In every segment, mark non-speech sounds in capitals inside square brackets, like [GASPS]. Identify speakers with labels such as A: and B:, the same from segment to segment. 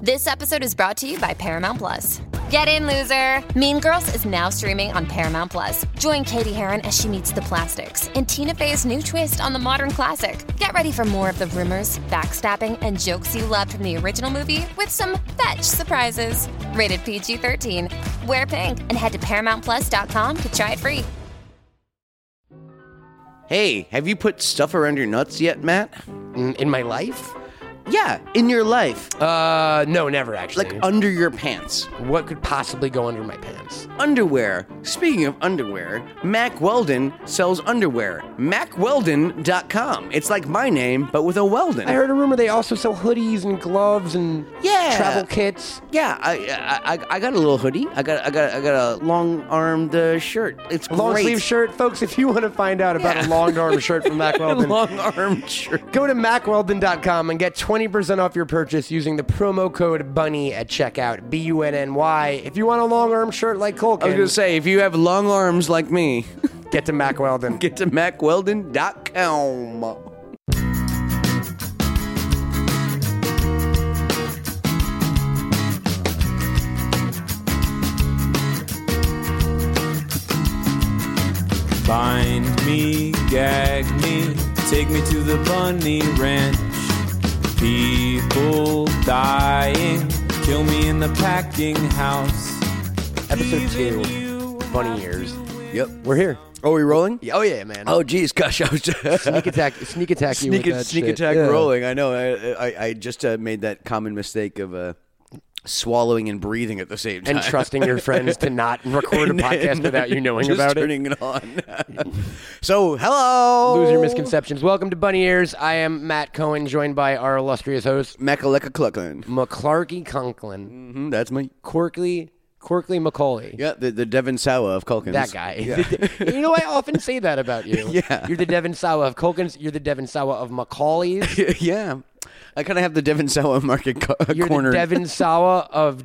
A: This episode is brought to you by Paramount Plus. Get in, loser! Mean Girls is now streaming on Paramount Plus. Join Katie Heron as she meets the plastics in Tina Fey's new twist on the modern classic. Get ready for more of the rumors, backstabbing, and jokes you loved from the original movie with some fetch surprises. Rated PG 13. Wear pink and head to ParamountPlus.com to try it free.
B: Hey, have you put stuff around your nuts yet, Matt?
C: In, in my life?
B: Yeah, in your life.
C: Uh, no, never actually.
B: Like under your pants.
C: what could possibly go under my pants?
B: Underwear. Speaking of underwear, Mac Weldon sells underwear. MacWeldon.com. It's like my name, but with a Weldon.
C: I heard a rumor they also sell hoodies and gloves and
B: Yeah.
C: travel kits.
B: yeah, I, I I- I got a little hoodie. I got I got I got a long armed uh, shirt. It's
C: Long
B: great.
C: sleeve shirt, folks. If you want to find out about
B: Yeah.
C: a long arm
B: [LAUGHS]
C: shirt from Mac Weldon,
B: long armed shirt.
C: go to macweldon.com and get 20% off your purchase using the promo code BUNNY at checkout. B U N N Y. If you want a long arm shirt like Colkin,
B: I was gonna say, if you have long arms like me, [LAUGHS]
C: get to Mac Weldon.
B: get to MacWeldon.com.
D: Bind me, gag me, take me to the bunny ranch. People dying, kill me in the packing house.
C: Episode 2, Bunny Years.
B: Yep.
C: We're here.
B: Are we rolling?
C: Yeah, Oh, yeah, man.
B: Oh, geez, gosh, I was
C: Sneak attack, sneak attack, you
B: sneak,
C: with that
B: sneak
C: shit.
B: attack
C: Yeah.
B: rolling. I know. I I, I just uh, made that common mistake of uh, swallowing and breathing at the same time.
C: and trusting your friends
B: [LAUGHS]
C: to not record a
B: And-
C: podcast
B: and
C: without you knowing
B: just
C: about it.
B: turning it. on. [LAUGHS] so, hello.
C: Lose your misconceptions. Welcome to Bunny Ears. I am Matt Cohen, joined by our illustrious host,
B: Macaleka Clucklin.
C: McClarky Conklin,
B: hmm that's me.
C: Quirkly, Quirkly McCauley.
B: Yeah, the, the Devin Sawa of Culkins.
C: That guy.
B: Yeah.
C: [LAUGHS] you know, I often say that about you.
B: [LAUGHS] Yeah.
C: You're the Devin Sawa of Colkins. You're the Devin Sawa of Macaulay's.
B: [LAUGHS] yeah. I kind of have the Devin Sawa market co-
C: You're
B: cornered.
C: the Devin Sawa of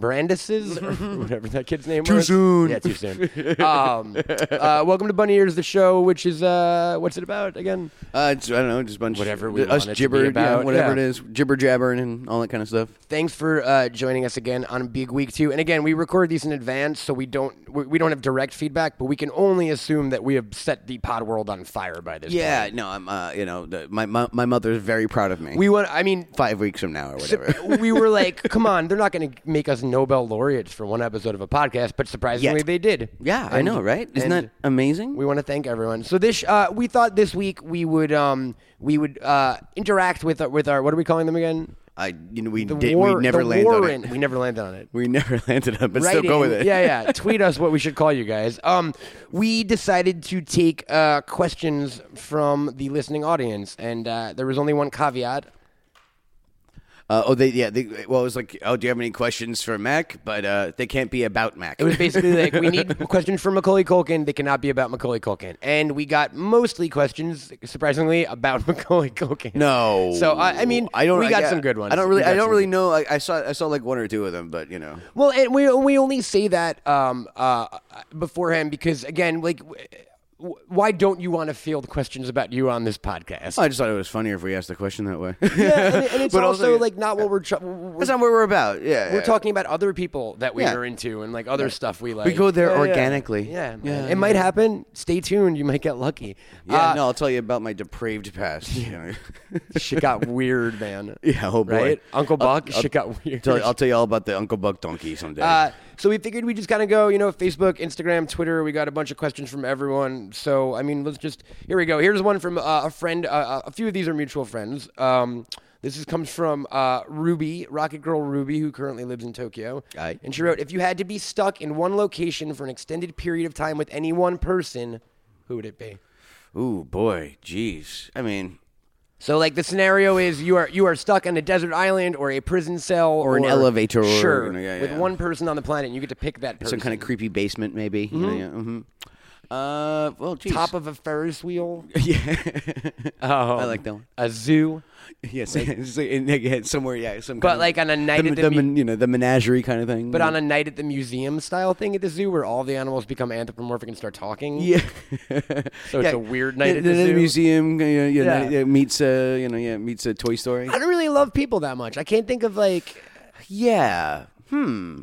B: [LAUGHS]
C: Brandis's, or whatever that kid's name
B: Too
C: was.
B: soon.
C: Yeah,
B: [LAUGHS]
C: too soon. um, uh, welcome to Bunny Ears, the show, which is, uh, what's it about again?
B: Uh, it's, I don't know, just a bunch
C: Whatever we
B: us
C: want it to
B: gibber,
C: be
B: yeah,
C: about,
B: whatever
C: yeah.
B: it is, gibber jabbering and all that kind of stuff.
C: thanks for uh, joining us again on Big Week Two. And again, we record these in advance, so we don't we, we don't have direct feedback, but we can only assume that we have set the pod world on fire by this. point.
B: Yeah, no, I'm. Uh, you know, the, my, my my mother's very proud of me.
C: we want. I mean.
B: five weeks from now or whatever.
C: [LAUGHS] we were like, come on, they're not going to make us Nobel laureates for one episode of a podcast, but surprisingly,
B: Yet.
C: they did.
B: yeah, I
C: And-
B: know, right? Isn't
C: and-
B: that amazing?
C: We want to thank everyone. So this, uh, we thought this week we would um, we would uh, interact with with our what are we calling them again?
B: I, you know, we
C: The
B: did.
C: war-
B: we never
C: the
B: landed on
C: warrant.
B: it.
C: We never landed on it.
B: [LAUGHS] We never [LAUGHS] landed on, it, but still
C: Write
B: go
C: in.
B: with it.
C: yeah,
B: [LAUGHS]
C: yeah. Tweet us what we should call you guys. Um, we decided to take uh, questions from the listening audience, and uh, there was only one caveat.
B: Uh, oh, they yeah. They, well, it was like, oh, do you have any questions for Mac? But uh, they can't be about Mac.
C: It was basically like we need questions from Macaulay Culkin. They cannot be about Macaulay Culkin, and we got mostly questions, surprisingly, about [LAUGHS] Macaulay
B: [LAUGHS]
C: Culkin.
B: no.
C: So I, I mean,
B: I don't.
C: We got
B: yeah,
C: some good ones.
B: I don't
C: We
B: really.
C: got
B: I don't
C: some
B: really
C: good-
B: know. I, I saw. I saw like one or two of them, but you know.
C: Well, and we we only say that um, uh, beforehand because again, like, w- w- why don't you want to field questions about you on this podcast?
B: I just thought it was funnier if we asked the question that [LAUGHS] way.
C: yeah, and, and it's
B: Oh, But
C: also,
B: also-
C: like not what we're, tr- we're
B: That's not what we're about. Yeah.
C: we're
B: yeah.
C: talking about other people that we
B: Yeah.
C: are into and like other stuff we like.
B: We go there
C: Yeah, yeah.
B: organically.
C: Yeah, man.
B: Yeah,
C: it
B: yeah.
C: might happen. Stay tuned. You might get lucky.
B: Yeah.
C: Uh,
B: no, I'll tell you about my depraved past. you [LAUGHS] know.
C: shit got weird, man.
B: [LAUGHS] Yeah, oh boy.
C: Right, Uncle Buck.
B: I'll-
C: shit got weird.
B: Tell, I'll tell you all about the Uncle Buck donkey someday.
C: Uh, so we figured we just kind of go, you know, Facebook, Instagram, Twitter. We got a bunch of questions from everyone. So I mean, let's just here we go. Here's one from uh, a friend. Uh, a few of these are mutual friends. Um, this is, comes from uh, Ruby, Rocket Girl Ruby, who currently lives in Tokyo.
B: Aye.
C: And she wrote, "If you had to be stuck in one location for an extended period of time with any one person, who would it be?"
B: Ooh, boy, jeez. I mean,
C: So like the scenario is you are you are stuck on a desert island or a prison cell or,
B: an elevator or-
C: sure
B: yeah,
C: with
B: yeah.
C: one person on the planet and you get to pick that
B: some
C: person
B: kind of creepy basement, maybe. You know, yeah, mhm. Uh, well, jeez. [LAUGHS]
C: top of a Ferris wheel,
B: yeah, [LAUGHS] I like that one.
C: a zoo.
B: Yes, [LAUGHS] it's like in- yeah, somewhere, yeah, some.
C: But
B: kind
C: like on a night
B: the,
C: at the
B: the
C: mu-
B: men- you know the menagerie kind of thing.
C: But on a night at the museum style thing at the zoo where all the animals become anthropomorphic and start
B: [LAUGHS]
C: talking.
B: [LAUGHS] yeah,
C: So it's a weird night
B: Yeah,
C: at the zoo.
B: museum. You know, yeah,
C: Yeah.
B: night- yeah, meets uh, you know, yeah, meets a Toy Story.
C: I don't really love people that much. I can't think of like
B: Yeah. Hmm.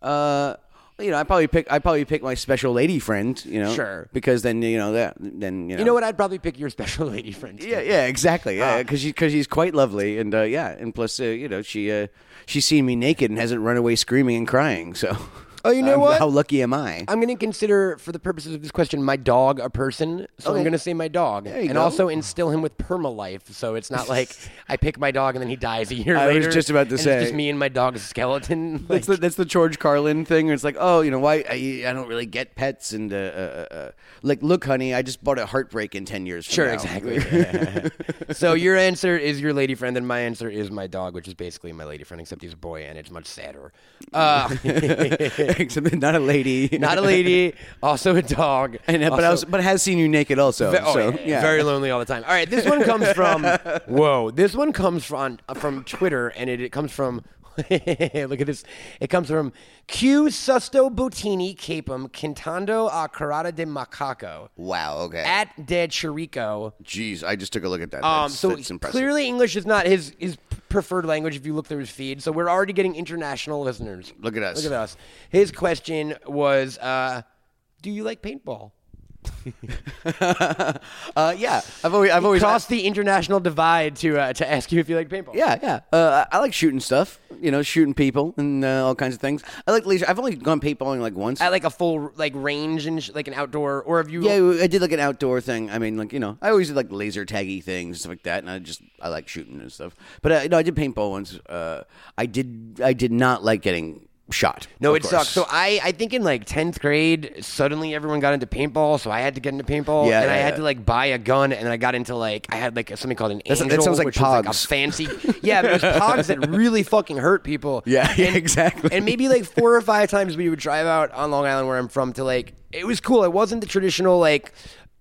B: Uh, you know, I probably pick. I probably pick my special lady friend. You know,
C: Sure.
B: Because then you know that. Then you Ah. know.
C: You know what? I'd probably pick your special [LAUGHS] lady friend.
B: Yeah, yeah, exactly. Yeah, because she because she's quite lovely, and uh, yeah, and plus uh, you know she uh, she's seen me naked and hasn't run away screaming and crying. So,
C: Oh, you know
B: I'm-
C: what?
B: How lucky am I?
C: I'm going to consider, for the purposes of this question, my dog a person. So
B: Okay.
C: I'm going to say my dog.
B: you
C: And
B: go.
C: also instill him with permalife. So it's
B: [LAUGHS]
C: not like I pick my dog and then he dies a year
B: I was
C: later.
B: just about to
C: and it's
B: say.
C: just me and my dog's skeleton. [LAUGHS]
B: that's the
C: Like,
B: that's the George Carlin thing. Where it's like, oh, you know, why I, I don't really get pets, and uh, uh, uh, uh, like, look, honey, I just bought a heartbreak in ten years. From
C: Sure,
B: now."
C: exactly. so your answer is your lady friend, and my answer is my dog, which is basically my lady friend, except he's a boy and it's much sadder. Uh,
B: [LAUGHS]
C: [LAUGHS]
B: Except not a lady,
C: not a lady, also a dog.
B: and, uh, but [LAUGHS] I was,
C: also-
B: but has seen you naked also.
C: Ve- oh,
B: so
C: yeah,
B: yeah,
C: yeah, very lonely all the time. All right, this one comes
B: [LAUGHS]
C: from whoa. This one comes from uh, from Twitter, and it, it comes from [LAUGHS] look at this. It comes from Q Susto Bottini Capum Quintando a Carada de Macaco
B: wow. Okay,
C: at De Chirico.
B: jeez, I just took a look at that.
C: Um,
B: that's,
C: so
B: that's impressive.
C: clearly English is not his his preferred language. If you look through his feed, so we're already getting international listeners.
B: Look at us.
C: Look at us. His question was, uh, "Do you like paintball?"
B: [LAUGHS] uh, yeah, I've always, I've always
C: Cross the international divide to uh, to ask you if you like paintball.
B: Yeah, yeah. Uh, I I like shooting stuff. You know, shooting people and uh, all kinds of things. I like leisure. I've only gone paintballing like once.
C: at like a full like range and sh- like an outdoor or have you
B: yeah, I did like an outdoor thing. I mean, like you know, I always did like laser taggy things and stuff like that. And I just I like shooting and stuff. But uh, no, I did paintball once. Uh, I did. I did not like getting shot.
C: no
B: of
C: it
B: course.
C: sucks so i i think in like 10th grade suddenly everyone got into paintball so i had to get into paintball
B: Yeah,
C: and i
B: yeah,
C: had
B: yeah.
C: to like buy a gun and then i got into like i had like something called an
B: That's- that
C: angel
B: sounds like
C: which was,
B: Pogs.
C: like a fancy [LAUGHS] yeah but it was
B: [LAUGHS]
C: pogs that really fucking hurt people
B: [LAUGHS] Yeah, yeah, exactly.
C: and maybe like four or five times we would drive out on long island where i'm from to like it was cool it wasn't the traditional like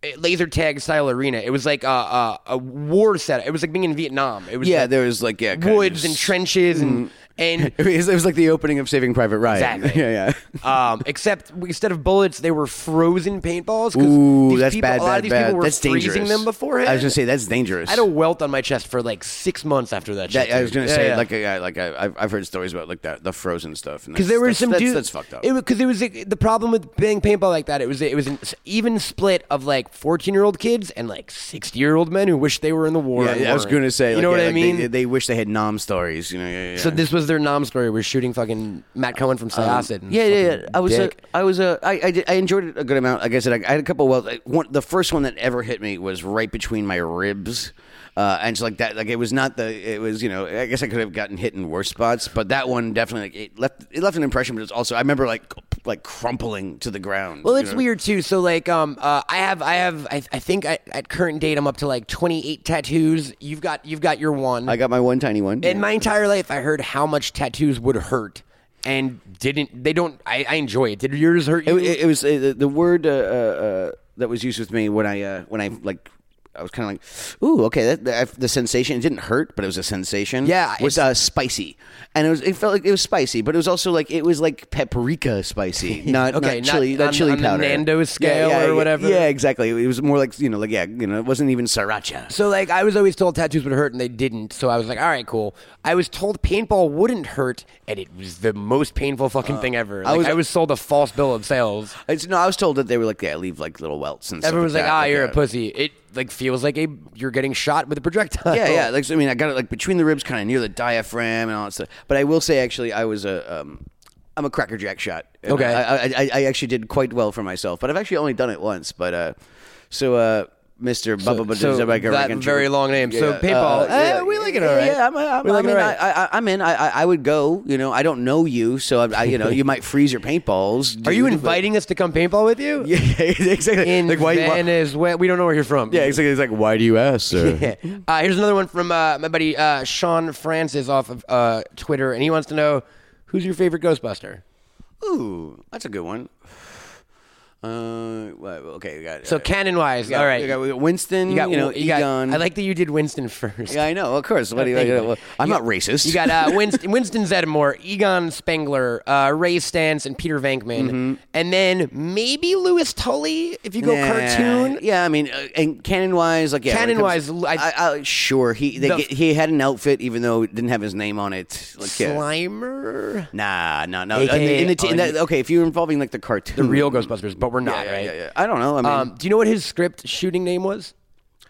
C: eh, laser tag style arena it was like a, a, a war setup it was like being in vietnam it was
B: yeah,
C: like,
B: there Mm. was like yeah, kind of
C: woods and
B: just-
C: trenches and and
B: [LAUGHS] It was, it was like the opening of Saving Private Ryan. [LAUGHS]
C: Exactly. [LAUGHS]
B: Yeah, yeah. [LAUGHS]
C: um, except instead of bullets, they were frozen paintballs. 'cause
B: Ooh,
C: these
B: that's
C: people,
B: bad,
C: A lot
B: bad,
C: of these
B: bad.
C: people were
B: that's
C: freezing
B: dangerous.
C: them beforehand.
B: I was gonna say that's dangerous.
C: I had a welt on my chest for like six months after that.
B: That,
C: shit,
B: I was
C: dude.
B: gonna
C: Yeah,
B: say
C: yeah.
B: like I, like I, I've- I've heard stories about like that the frozen stuff and
C: Because
B: that's-
C: there were
B: that's-
C: some
B: that's,
C: dudes.
B: that's fucked up.
C: Because it, was like, the problem with playing paintball like that. It was it was an s- even split of like fourteen year old kids and like sixty year old men who wish they were in the war.
B: yeah,
C: and
B: I was
C: weren't.
B: gonna say
C: You
B: like,
C: know
B: yeah,
C: what I
B: like,
C: mean?
B: They, they wish they had nom stories. You know. Yeah, yeah,
C: so
B: yeah. Um,
C: this was their nom story. Was shooting fucking Matt Cohen from Syosset. and
B: yeah, yeah, yeah.
C: fucking
B: I was, uh, a,
C: dick.
B: I was, a, I, I, did, I enjoyed it a good amount. Like I said, I, I had a couple. Well, like, one, the first one that ever hit me was right between my ribs, uh, and so like that, like it was not the, it was you know, I guess I could have gotten hit in worse spots, but that one definitely like it left, it left an impression. But it's also, I remember like, like crumpling to the ground.
C: Well,
B: you
C: it's
B: know?
C: weird too. So like, um, uh, I have, I have, I, I think I, at current date I'm up to like 28 tattoos. You've got, you've got your one.
B: I got my one tiny one.
C: In my entire life, I heard how much tattoos would hurt, and didn't. They don't. I, I enjoy it. Did yours hurt you?
B: It, it, it was uh, the- the word uh, uh, uh, that was used with me when I uh, when I like I was kind of like, ooh, okay, that, that the sensation it didn't hurt, but it was a sensation.
C: Yeah,
B: was uh, spicy, and it was it felt like it was spicy, but it was also like it was like paprika
C: [LAUGHS]
B: spicy, not
C: Okay,
B: not chili,
C: not
B: not,
C: on-
B: chili
C: on the
B: powder,
C: Nando's scale or whatever.
B: Yeah, exactly. It was more like you know, like yeah, you know, it wasn't even sriracha.
C: so like, I was always told tattoos would hurt, and they didn't. So I was like, all right, cool. I was told paintball wouldn't hurt, and it was the most painful fucking thing ever. Like, I
B: Uh, was-
C: was, sold a false bill of sales.
B: It's, no, I was told that they were like yeah, leave like little welts and stuff
C: Everyone was like,
B: that,
C: ah, you're a
B: uh,
C: pussy. It like feels like a you're getting shot with a projectile.
B: Yeah, yeah. Like so, I mean, I got it like between the ribs, kind of near the diaphragm and all that stuff. But I will say, actually, I was a um, I'm a cracker jack shot. And
C: Okay.
B: I, I, I I actually did quite well for myself, but I've actually only done it once. But uh, so uh, Mr. Bubba Bubba
C: so
B: Zabaka
C: that
B: Ragan-
C: very long name. So paintball, eh, we like it all right.
B: Uh, Yeah, I'm, I'm,
C: We like
B: I
C: it
B: mean,
C: all right.
B: I, I, I'm in. I, I I would go. You know, I don't know you, so I, I you know, you might freeze your paintballs. [LAUGHS]
C: Are you
B: dude, but-
C: inviting us to come paintball with you?
B: Yeah, exactly.
C: In
B: like why? why
C: Venezuela, we don't know where you're from.
B: yeah, exactly. It's like why do you ask, sir?
C: [LAUGHS] Uh, here's another one from uh, my buddy uh, Sean Francis off of uh, Twitter, and he wants to know who's your favorite Ghostbuster.
B: Ooh, that's a good one. Uh, well, okay, we got
C: So canon wise, all right.
B: We got Winston. You, know,
C: got-
B: Egon.
C: I like that you did Winston first.
B: Yeah, I know. Of course. What do you,
C: Thank you. [LAUGHS]
B: well, I'm
C: You-
B: not racist.
C: You
B: [LAUGHS]
C: got uh, Winston, Winston Zeddemore, Egon Spengler, uh, Ray Stantz, and Peter Venkman, and then maybe Louis Tully if you go
B: Mm-hmm. Nah.
C: cartoon.
B: Yeah, I mean, uh, and canon wise, like yeah, when it
C: Canon-wise,
B: comes-
C: I-
B: I, I, sure he they
C: The-
B: get, he had an outfit even though it didn't have his name on it. Like, yeah.
C: Slimer,
B: Nah, no, no.
C: AKA
B: in the, in the, in that,
C: Arnie.
B: okay, if you're involving like the cartoon,
C: the real Ghostbusters, but we're
B: yeah,
C: not
B: yeah,
C: right.
B: yeah, yeah. I don't know. I mean,
C: Um, do you know what his script shooting name was?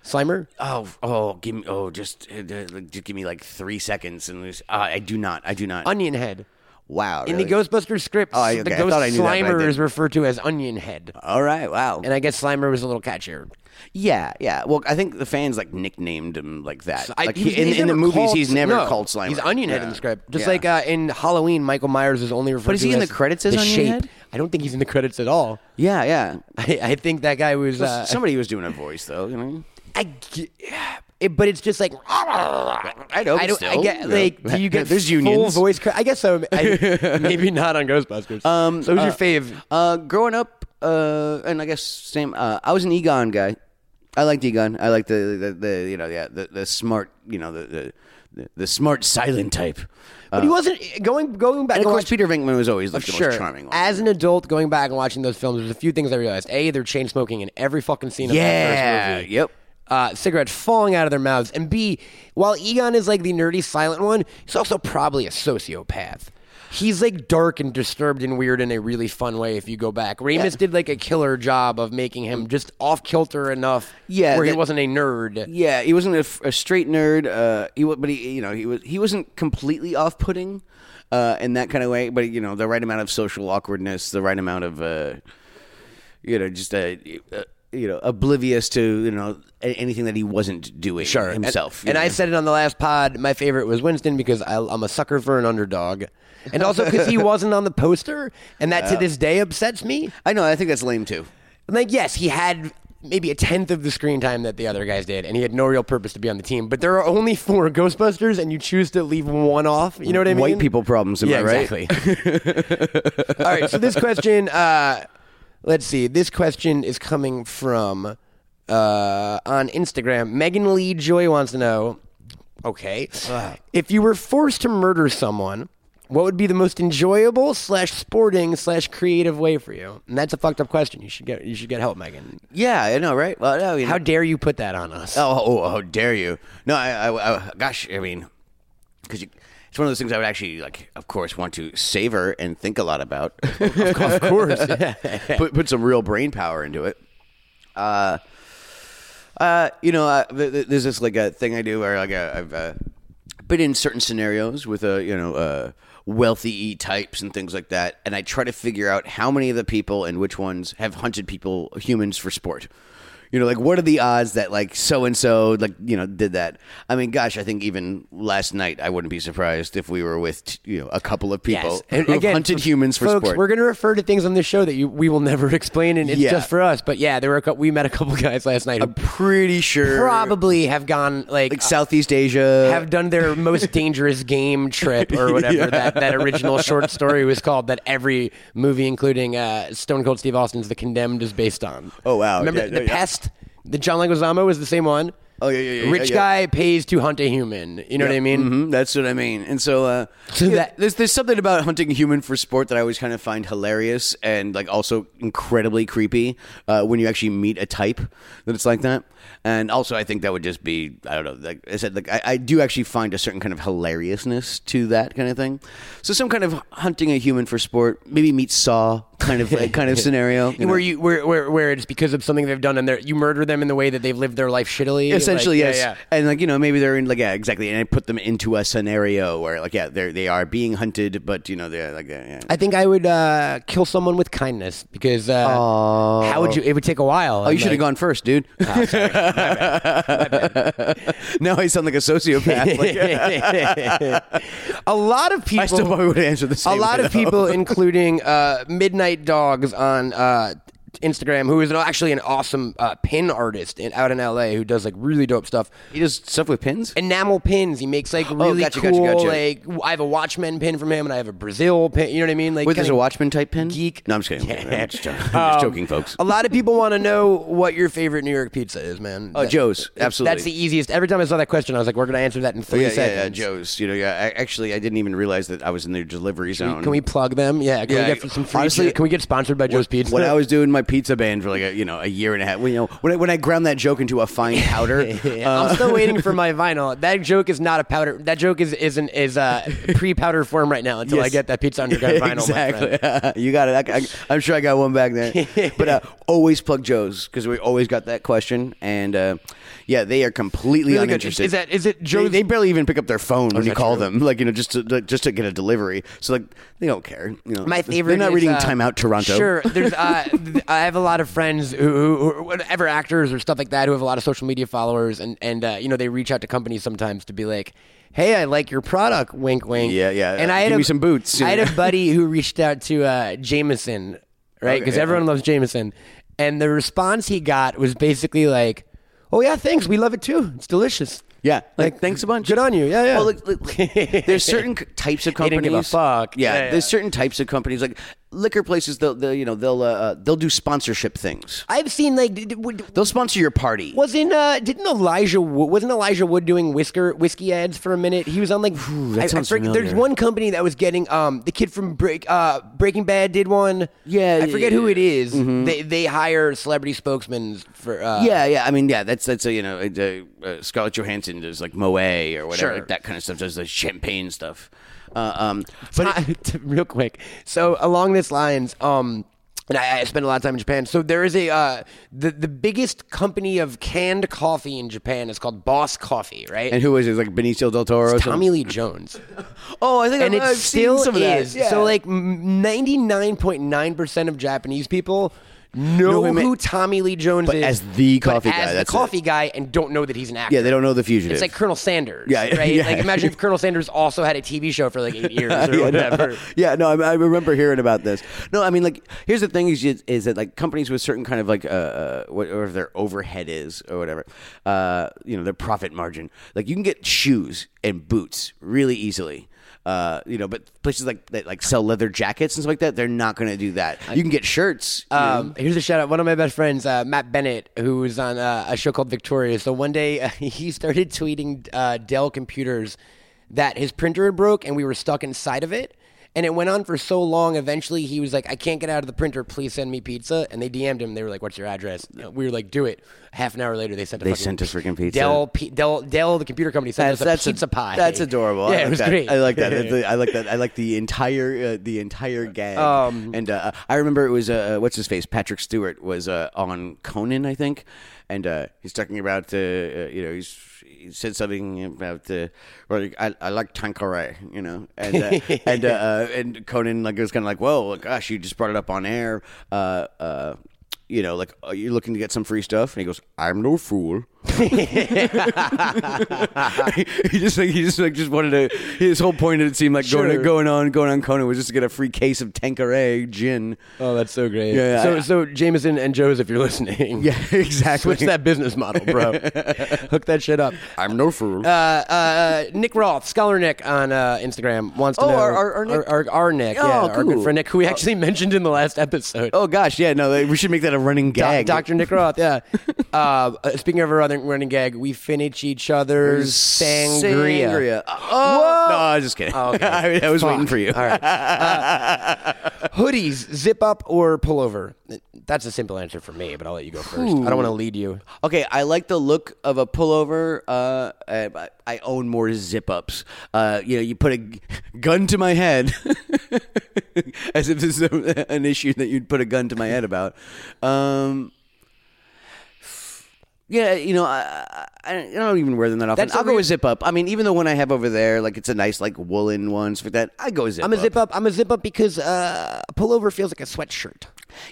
C: Slimer.
B: oh, oh, give me, oh, just, uh, uh, like, just give me like three seconds, and lose. Uh, I do not, I do not.
C: Onion Head.
B: wow,
C: In
B: really?
C: the Ghostbusters scripts,
B: Oh, I-
C: the
B: okay, I
C: ghost
B: thought I knew that, but I
C: Slimer
B: didn't.
C: is referred to as Onion Head,
B: All right, wow.
C: and I guess Slimer was a little catchier.
B: yeah, yeah. Well, I think the fans like nicknamed him like that.
C: I-
B: like
C: he's-
B: in,
C: he's
B: in the
C: never
B: movies,
C: called-
B: he's never
C: no,
B: called Slimer.
C: He's Onion Head
B: Yeah.
C: in the script, just
B: Yeah.
C: like uh, in Halloween. Michael Myers is only referred.
B: But is he
C: to
B: in
C: as
B: the credits as
C: the
B: Onion
C: shape.
B: Head?
C: I don't think he's in the credits at all.
B: yeah, yeah. [LAUGHS]
C: I, I think that guy was. Uh,
B: Somebody was doing a voice though, you know.
C: I ge- it- but it's just like I
B: know,
C: I
B: but
C: don't. I
B: still,
C: get
B: you know.
C: like
B: [LAUGHS]
C: do you get
B: There's
C: full
B: unions.
C: voice. Cra- I guess so. I,
B: [LAUGHS]
C: [LAUGHS] maybe not on Ghostbusters. Um, so who's your
B: uh,
C: fave?
B: Uh, growing up, uh, and I guess same. Uh, I was an Egon guy. I liked Egon. I liked the the, the you know yeah the, the smart you know the the, the, the smart silent type.
C: But
B: Uh,
C: he wasn't eh, going going back.
B: and of
C: and
B: course,
C: watch-
B: Peter Venkman was always like the
C: sure.
B: most charming one.
C: As an adult, going back and watching those films, there's a few things I realized. A, they're chain smoking in every fucking scene. of that first
B: yeah,
C: movie.
B: yep.
C: uh, cigarettes falling out of their mouths. And B, while Egon is like the nerdy silent one, he's also probably a sociopath. He's like dark and disturbed and weird in a really fun way. If you go back, Ramus did like a killer job of making him just off kilter enough,
B: Yeah,
C: where he
B: that-
C: wasn't a nerd.
B: Yeah, he wasn't a, f- a straight nerd. Uh, he wa- but he you know he was he wasn't completely off putting, uh, in that kind of way. But you know the right amount of social awkwardness, the right amount of uh, you know just uh uh you know oblivious to you know a- anything that he wasn't doing
C: And-
B: himself. you
C: And, I
B: know.
C: said it on the last pod. My favorite was Winston because I, I'm a sucker for an underdog, and also because
B: [LAUGHS]
C: he wasn't on the poster, and that to this day upsets me.
B: I know I think that's lame too.
C: And, Like, yes, he had maybe a tenth of the screen time that the other guys did, and he had no real purpose to be on the team. But there are only four [LAUGHS] Ghostbusters, and you choose to leave one off. You know what I mean?
B: White people problems, am
C: yeah,
B: I right?
C: exactly. [LAUGHS] All right, so this question, uh, let's see. This question is coming from uh, on Instagram. Megan Lee Joy wants to know. Okay, if you were forced to murder someone, what would be the most enjoyable slash sporting slash creative way for you? And that's a fucked up question. You should get you should get help, Megan.
B: Yeah, I know, right? Well, no, you know.
C: How dare you put that on us?
B: Oh, oh, oh, how dare you? No, I, I, I gosh, I mean, because it's one of those things I would actually like, of course, want to savor and think a lot about. [LAUGHS] of
C: [LAUGHS]
B: course, put put some real brain power into it. Uh, uh, you know, uh, th- th- there's this like a thing I do where like uh, I've uh, been in certain scenarios with uh, you know uh, wealthy types and things like that, and I try to figure out how many of the people and which ones have hunted people humans for sport. You know, like what are the odds that like so and so like you know did that? I mean, gosh, I think even last night I wouldn't be surprised if we were with t- you know a couple of people
C: And
B: who
C: again,
B: have hunted humans for
C: folks,
B: sport.
C: We're going to refer to things on this show that you, we will never [LAUGHS] explain, and it's
B: Yeah.
C: just for us. But yeah, there were a couple, we met a couple guys last night who
B: I'm pretty sure
C: probably have gone like,
B: like Southeast Asia
C: have done their most dangerous game
B: [LAUGHS]
C: trip or whatever that, that original short story was called that every movie, including uh, Stone Cold Steve Austin's The Condemned, is based on.
B: Oh, wow.
C: Remember
B: Yeah,
C: the
B: yeah, yeah.
C: Pest? The John Leguizamo was the same one.
B: Oh, yeah, yeah, yeah,
C: Rich
B: yeah, yeah.
C: guy pays to hunt a human. You know what I mean?
B: hmm that's what I mean. And so, uh,
C: So
B: yeah,
C: that-
B: there's there's something about hunting human for sport that I always kind of find hilarious and like also incredibly creepy uh, when you actually meet a type that it's like that. And also, I think that would just be I don't know. Like I said, like I, I do actually find a certain kind of hilariousness to that kind of thing. So some kind of hunting a human for sport, maybe meet Saw kind of like,
C: [LAUGHS]
B: kind of scenario know?
C: where you where, where where it's because of something they've done and they're- you murder them in the way that they've lived their life shittily.
B: Essentially,
C: Like,
B: yes.
C: yeah,
B: And like you know, maybe they're in like yeah, exactly. And I put them into a scenario where like yeah, they they are being hunted, but you know they're like yeah, yeah.
C: I think I would uh, kill someone with kindness because uh, how would you? It would take a while.
B: Oh, you should have gone first, [LAUGHS] dude. now I sound like a
C: [LAUGHS]
B: sociopath. Like, [LAUGHS]
C: a lot of people.
B: I still probably would answer the [LAUGHS]
C: a
B: same.
C: lot
B: way,
C: of
B: though.
C: people, including uh, Midnight Dogs on uh, Instagram, who is an, actually an awesome uh, pin artist in, out in LA who does like really dope stuff.
B: He does stuff with pins.
C: Enamel pins. He makes
B: [GASPS]
C: like really
B: Oh, gotcha, gotcha,
C: cool.
B: gotcha.
C: Like I have a Watchmen pin from him, and I have a Brazil pin. You know what I mean? Like
B: Wait, there's
C: kinda-
B: a Watchman type pin. Um,
C: geek.
B: No, I'm just kidding. I'm just joking, I'm just joking folks.
C: A lot of people want to know what your favorite New York pizza is, man.
B: Oh, Joe's, absolutely. Oh,
C: That's the easiest. Every time I saw that question, I was like, we're going to answer that in three
B: yeah, yeah,
C: seconds.
B: yeah, Joe's. You know, yeah. I, actually, I didn't even realize that I was in their delivery zone.
C: Can we plug them? Yeah. Can
B: Yeah,
C: we get some free
B: honestly-
C: Can we get sponsored by Joe's Pizza?
B: When I
C: [LAUGHS]
B: was doing my pizza band for like a you know a year and a half, you know, when I, when I ground that joke into a
C: [LAUGHS]
B: fine powder, uh,
C: I'm still waiting for
B: [LAUGHS]
C: my vinyl. That joke is not a powder. That joke is isn't is uh, pre-powder form right now until I
B: Yes.
C: get that
B: [LAUGHS]
C: pizza underground vinyl. my friend.
B: exactly. [LAUGHS] you got it. I, am sure I got one back
C: [LAUGHS]
B: there. but uh, always plug Joe's because we always got that question, and uh, yeah, they are completely
C: Really good.
B: uninterested.
C: Is that- is it
B: They-
C: Joe's- Oh,
B: They, barely even pick up their phone when you
C: that
B: call
C: true?
B: them, like you know, just to like, just to get a delivery. So like they don't care. You know,
C: My favorite.
B: They're not
C: is,
B: reading
C: uh,
B: Time Out Toronto.
C: Sure, there's.
B: [LAUGHS]
C: Uh, th- I have a lot of friends who, who, who, whatever actors or stuff like that, who have a lot of social media followers, and and uh, you know they reach out to companies sometimes to be like, "Hey, I like your product." Wink, wink.
B: Yeah, yeah.
C: And I had
B: Give
C: a,
B: me some boots, you
C: I
B: [LAUGHS]
C: had
B: know.
C: a buddy who reached out to uh, Jameson, right? Because
B: Okay.
C: everyone loves Jameson, and the response he got was basically like, "Oh yeah, thanks. We love it too. It's delicious."
B: Yeah, like, thanks a bunch.
C: Good on you. Yeah, yeah.
B: Well, look, [LAUGHS] look, there's certain c- types of
C: They
B: companies.
C: didn't give a fuck.
B: Yeah,
C: Yeah, yeah.
B: there's certain types of companies like liquor places. They'll, they'll you know they'll uh, they'll do sponsorship things.
C: I've seen like. d- d- would-
B: They'll sponsor your party.
C: Wasn't uh didn't Elijah Wo- wasn't Elijah Wood doing whisker whiskey ads for a minute? He was on like
B: that
C: I- I
B: sounds
C: forget- there's
B: familiar.
C: one company that was getting um the kid from Break uh Breaking Bad did one.
B: Yeah, yeah,
C: I forget who
B: yeah. Mm-hmm.
C: it is. They they hire celebrity spokesmen for uh
B: Yeah, yeah. I mean, yeah. That's that's a, you know uh, uh, Scarlett Johansson does like Moe or whatever
C: Sure.
B: that kind of stuff. Does the champagne stuff. Uh, um,
C: But [LAUGHS] real quick, so along this lines, um, and I, I spend a lot of time in Japan. So there is a uh, the the biggest company of canned coffee in Japan is called Boss Coffee, right?
B: and who was it? Like Benicio del Toro. or
C: Tommy Lee Jones.
B: something? Oh, I think
C: and
B: I've,
C: it
B: I've
C: still
B: seen some of that.
C: is.
B: Yeah.
C: So like ninety nine point nine percent of Japanese people know
B: him
C: who
B: a-
C: Tommy Lee Jones
B: but
C: is
B: as the
C: but
B: coffee
C: as
B: guy,
C: the
B: that's it.
C: coffee guy, and don't know that he's an actor.
B: yeah, they don't know the fugitive.
C: It's like Colonel Sanders,
B: Yeah, [LAUGHS] yeah,
C: right?
B: yeah.
C: Like imagine if Colonel Sanders also had a TV show for like eight years or
B: [LAUGHS] yeah, no,
C: whatever.
B: yeah, no, I, I remember hearing about this. No, I mean, like, here's the thing: is just- is that like companies with certain kind of like uh, uh, whatever their overhead is or whatever, uh, you know, their profit margin. Like, you can get shoes and boots really easily. Uh, you know, but places like that like sell leather jackets and stuff like that, they're not going to do that. You can get shirts. you know.
C: Um, here's a shout out. One of my best friends, uh, Matt Bennett, who was on uh, a show called Victoria. So one day [LAUGHS] uh, he started tweeting uh, Dell computers that his printer had broke and we were stuck inside of it. And it went on for so long. Eventually, he was like, "I can't get out of the printer. Please send me pizza." And they DM'd him. They were like, "What's your address?" We were like, "Do it." Half an hour later, they sent. A
B: They
C: fucking
B: sent us
C: pi-
B: freaking pizza.
C: Dell, P- Dell, Dell, the computer company sent us a pizza pie.
B: That's adorable. I
C: Yeah,
B: like
C: it was
B: that.
C: great.
B: I like that.
C: [LAUGHS]
B: That's- I like that. I like the entire uh, the entire gag.
C: Um,
B: and uh, I remember it was uh, what's his face? Patrick Stewart was uh, on Conan, I think, and uh, he's talking about uh, uh, you know he's. He said something about uh, well, I, I like Tanqueray, you know, and
C: [LAUGHS]
B: uh, and uh, uh, and Conan like was kind of like, whoa, gosh, you just brought it up on air, uh, uh, you know, like are you looking to get some free stuff? And he goes, I'm no fool. [LAUGHS] he just like he just like just wanted to. His whole point it seemed like
C: Sure.
B: going going on going on Conan was just to get a free case of Tanqueray gin.
C: oh, that's so great.
B: Yeah,
C: So,
B: I-
C: so Jameson and Joe's, if you're listening,
B: [LAUGHS] Yeah, exactly.
C: Switch that business model,
B: [LAUGHS]
C: bro. Hook that shit up.
B: I'm no fool.
C: Uh, uh, Nick Roth, Scholar Nick on uh, Instagram wants to
B: Oh,
C: know
B: our- our- our Nick?
C: our, our Nick,
B: Oh,
C: yeah, our good
B: cool.
C: friend Nick, who we actually [LAUGHS] mentioned in the last episode.
B: oh gosh, yeah, no, we should make that a running
C: Do-
B: gag.
C: Dr. Nick Roth,
B: [LAUGHS]
C: yeah. uh, uh, speaking of our other running gag, we finish each other's sangria.
B: Sangria. Oh no, I was [LAUGHS] just kidding.
C: okay.
B: I, I was waiting for you. [LAUGHS]
C: All right. Uh, hoodies, zip up or pullover? That's a simple answer for me, but I'll let you go first. I don't want to lead you.
B: Okay, I like the look of a pullover. Uh, I, I own more zip ups. Uh, you know, you put a g- [LAUGHS] gun to my head, [LAUGHS] as if this is a, [LAUGHS] an issue that you'd put a gun to my head about. Um, yeah, you know, I, I, I don't even wear them that often.
C: That's a
B: I'll go
C: re-
B: with zip up. I mean, even the one I have over there, like it's a nice like woolen one, stuff like that. I go zip.
C: I'm a
B: up.
C: zip up. I'm a zip up because uh, a pullover feels like a sweatshirt.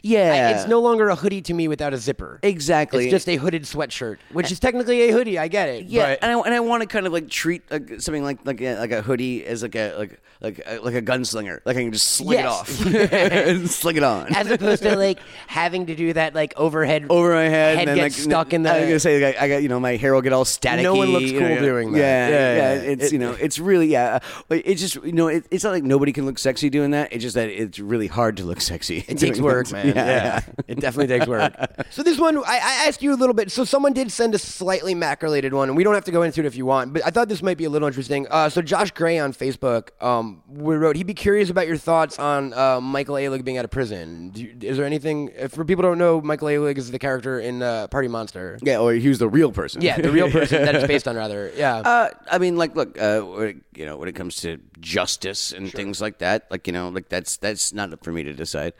B: Yeah.
C: It's no longer a hoodie to me without a zipper.
B: Exactly.
C: It's just a hooded sweatshirt, which is technically a hoodie. I get it.
B: Yeah, [LAUGHS]
C: but-
B: and I and I want to kind of like treat uh, something like like a, like a hoodie as like a like like a, like a gunslinger. Like I can just sling
C: Yes.
B: it off, [LAUGHS] and sling it on
C: as opposed to like having to do that like overhead
B: over my head, and then
C: gets
B: like,
C: stuck in the.
B: I was gonna say like, I got you know my hair will get all staticky.
C: No one looks
B: you know,
C: cool doing that.
B: Yeah,
C: Yeah,
B: yeah,
C: yeah, yeah.
B: It's
C: It-
B: you know it's really yeah. uh, It's just you know it, it's not like nobody can look sexy doing that. It's just that it's really hard to look sexy. [LAUGHS]
C: It takes work, man. Yeah, it definitely takes work. so this one, I, I asked you a little bit. So someone did send a slightly Mac-related one, and we don't have to go into it if you want. But I thought this might be a little interesting. Uh, so Josh Gray on Facebook, um, we wrote, he'd be curious about your thoughts on uh, Michael Alig being out of prison. Do you, is there anything? If for people who don't know, Michael Alig is the character in uh, Party Monster.
B: Yeah, or he was the real person.
C: Yeah, the real person that it's based on, rather. Yeah. [LAUGHS]
B: Uh, I mean, like, look, uh, when it- you know, when it comes to justice and things like that, like, you know, like that's that's not up for me to decide.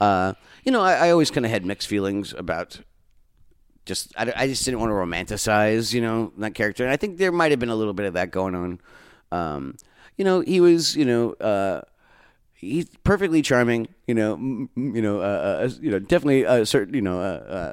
B: Uh, you know, I, I always kind of had mixed feelings about just I, I just didn't want to romanticize you know that character and i think there might have been a little bit of that going on um you know he was you know uh he's perfectly charming you know m- m- you know uh, uh you know definitely a certain you know uh, uh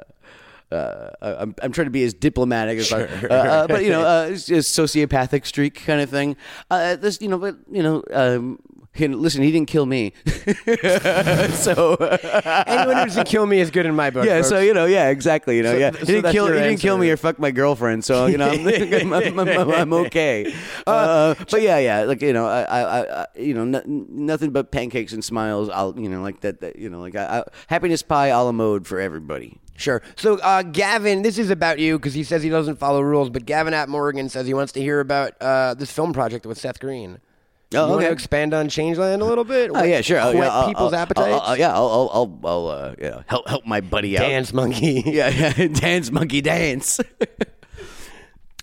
B: uh, I'm, I'm trying to be as diplomatic as I, uh, uh, but you know, uh, it's just sociopathic streak kind of thing. Uh, this, you know, but you know, um, he- listen, he didn't kill me, [LAUGHS] so
C: Uh, Anyone who doesn't kill me is good in my book.
B: yeah,
C: folks.
B: so you know, yeah, exactly. You know,
C: So-
B: yeah,
C: so
B: he didn't
C: that's
B: kill,
C: your
B: he didn't kill
C: answer.
B: me or fuck my girlfriend, so you know, I'm, [LAUGHS] I'm, I'm, I'm-
C: [LAUGHS]
B: I'm okay. Uh, but yeah, yeah, like you know, I, I, I- I you know, no, nothing but pancakes and smiles. I'll, you know, like that, that you know, like I, I, happiness pie a la mode for everybody.
C: Sure. So, uh, Gavin, this is about you because he says he doesn't follow rules, but Gavin at Morgan says he wants to hear about uh, this film project with Seth Green.
B: Oh,
C: you want to
B: okay.
C: expand on Changeland a little bit?
B: Oh yeah, sure. Oh,
C: Whet
B: yeah, I'll-
C: people's
B: I'll-
C: appetites?
B: I'll- I'll- yeah, I'll, I'll, I'll, I'll uh, yeah, help help my buddy out.
C: Dance monkey.
B: [LAUGHS] yeah, yeah, dance monkey dance. [LAUGHS]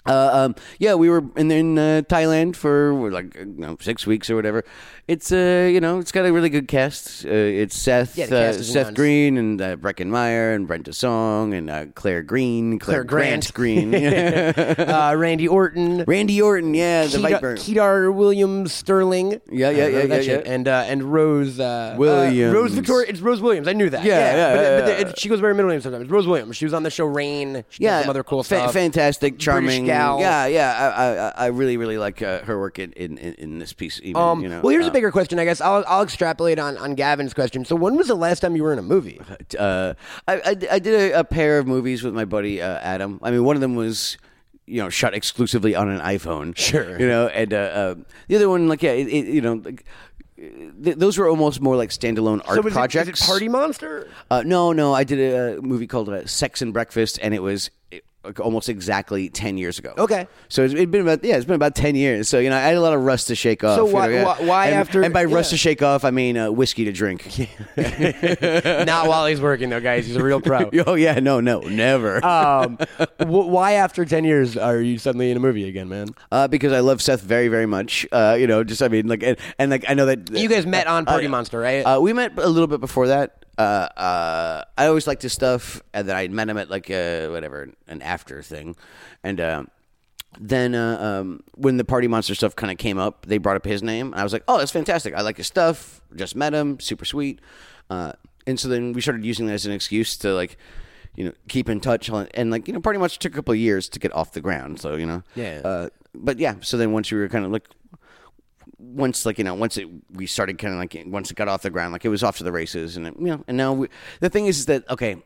B: Uh, um, yeah, we were in, in uh, Thailand for what, like you know, six weeks or whatever. It's uh, you know, it's got a really good cast. Uh, it's Seth,
C: Yeah, the cast
B: uh,
C: is
B: Seth
C: nuts.
B: Green and uh, Brecken Meyer and Brenda Song and uh, Claire Green, Claire,
C: Claire Grant. [LAUGHS]
B: Green, [LAUGHS]
C: uh, Randy Orton.
B: Randy Orton, yeah, the
C: Kedar,
B: Viper,
C: Kedar Williams Sterling.
B: Yeah, yeah,
C: I don't know
B: yeah,
C: that
B: yeah,
C: shit.
B: yeah.
C: And, uh, and Rose. Uh,
B: Williams.
C: Uh, Rose Victoria. It's Rose Williams. I knew that.
B: Yeah, yeah,
C: but
B: yeah,
C: but
B: yeah.
C: the- it- she goes by her middle name sometimes. Rose Williams. She was on the show Rain. She did
B: yeah,
C: some other cool
B: fa-
C: stuff.
B: fantastic, charming,
C: gal.
B: yeah, yeah. I, I, I really, really like uh, her work in, in, in in this piece. Even,
C: Um,
B: you know,
C: well, here's a
B: uh,
C: bigger question, I guess. I'll, I'll extrapolate on, on Gavin's question. So, when was the last time you were in a movie?
B: uh, I, I, I did a, a pair of movies with my buddy uh, Adam. I mean, one of them was you know shot exclusively on an iPhone.
C: Sure.
B: You know, and uh, uh, the other one, like yeah, it, it, you know. Like, th- those were almost more like standalone art
C: so was It,
B: projects.
C: is it Party Monster?
B: Uh, no, no, I did a, uh movie called uh, Sex and Breakfast, and it was it, like, almost exactly ten years ago. [LAUGHS]
C: Okay.
B: so it's it'd been about yeah, it's been about ten years. So you know, I had a lot of rust to shake off.
C: So
B: you
C: why-
B: know, yeah.
C: why- why
B: and,
C: after-
B: And by rust
C: yeah.
B: to shake off, I mean uh, whiskey to drink.
C: Not while he's working, though, guys. He's a
B: [LAUGHS]
C: real pro.
B: [LAUGHS] oh yeah, no, no, never.
C: um, wh- why, after 10 years, are you suddenly in a movie again, man?
B: uh, because I love Seth very, very much. Uh, you know, just I mean, like, and, and like I know that
C: You guys met on Party
B: Uh,
C: Monster, right?
B: Uh, we met a little bit before that. Uh, uh, I always liked his stuff, and then I met him at like uh, whatever an after thing, and uh, then uh, um, when the Party Monster stuff kind of came up, they brought up his name, and I was like, "Oh, that's fantastic! I like his stuff. Just met him, super sweet." Uh, and so then we started using that as an excuse to like, you know, keep in touch, on, and like you know, Party Monster took a couple of years to get off the ground, so you know,
C: Yeah.
B: Uh, but yeah, so then once we were kind of like once like you know once it we started kind of like once it got off the ground like it was off to the races and it, you know and now we, the thing is, is that okay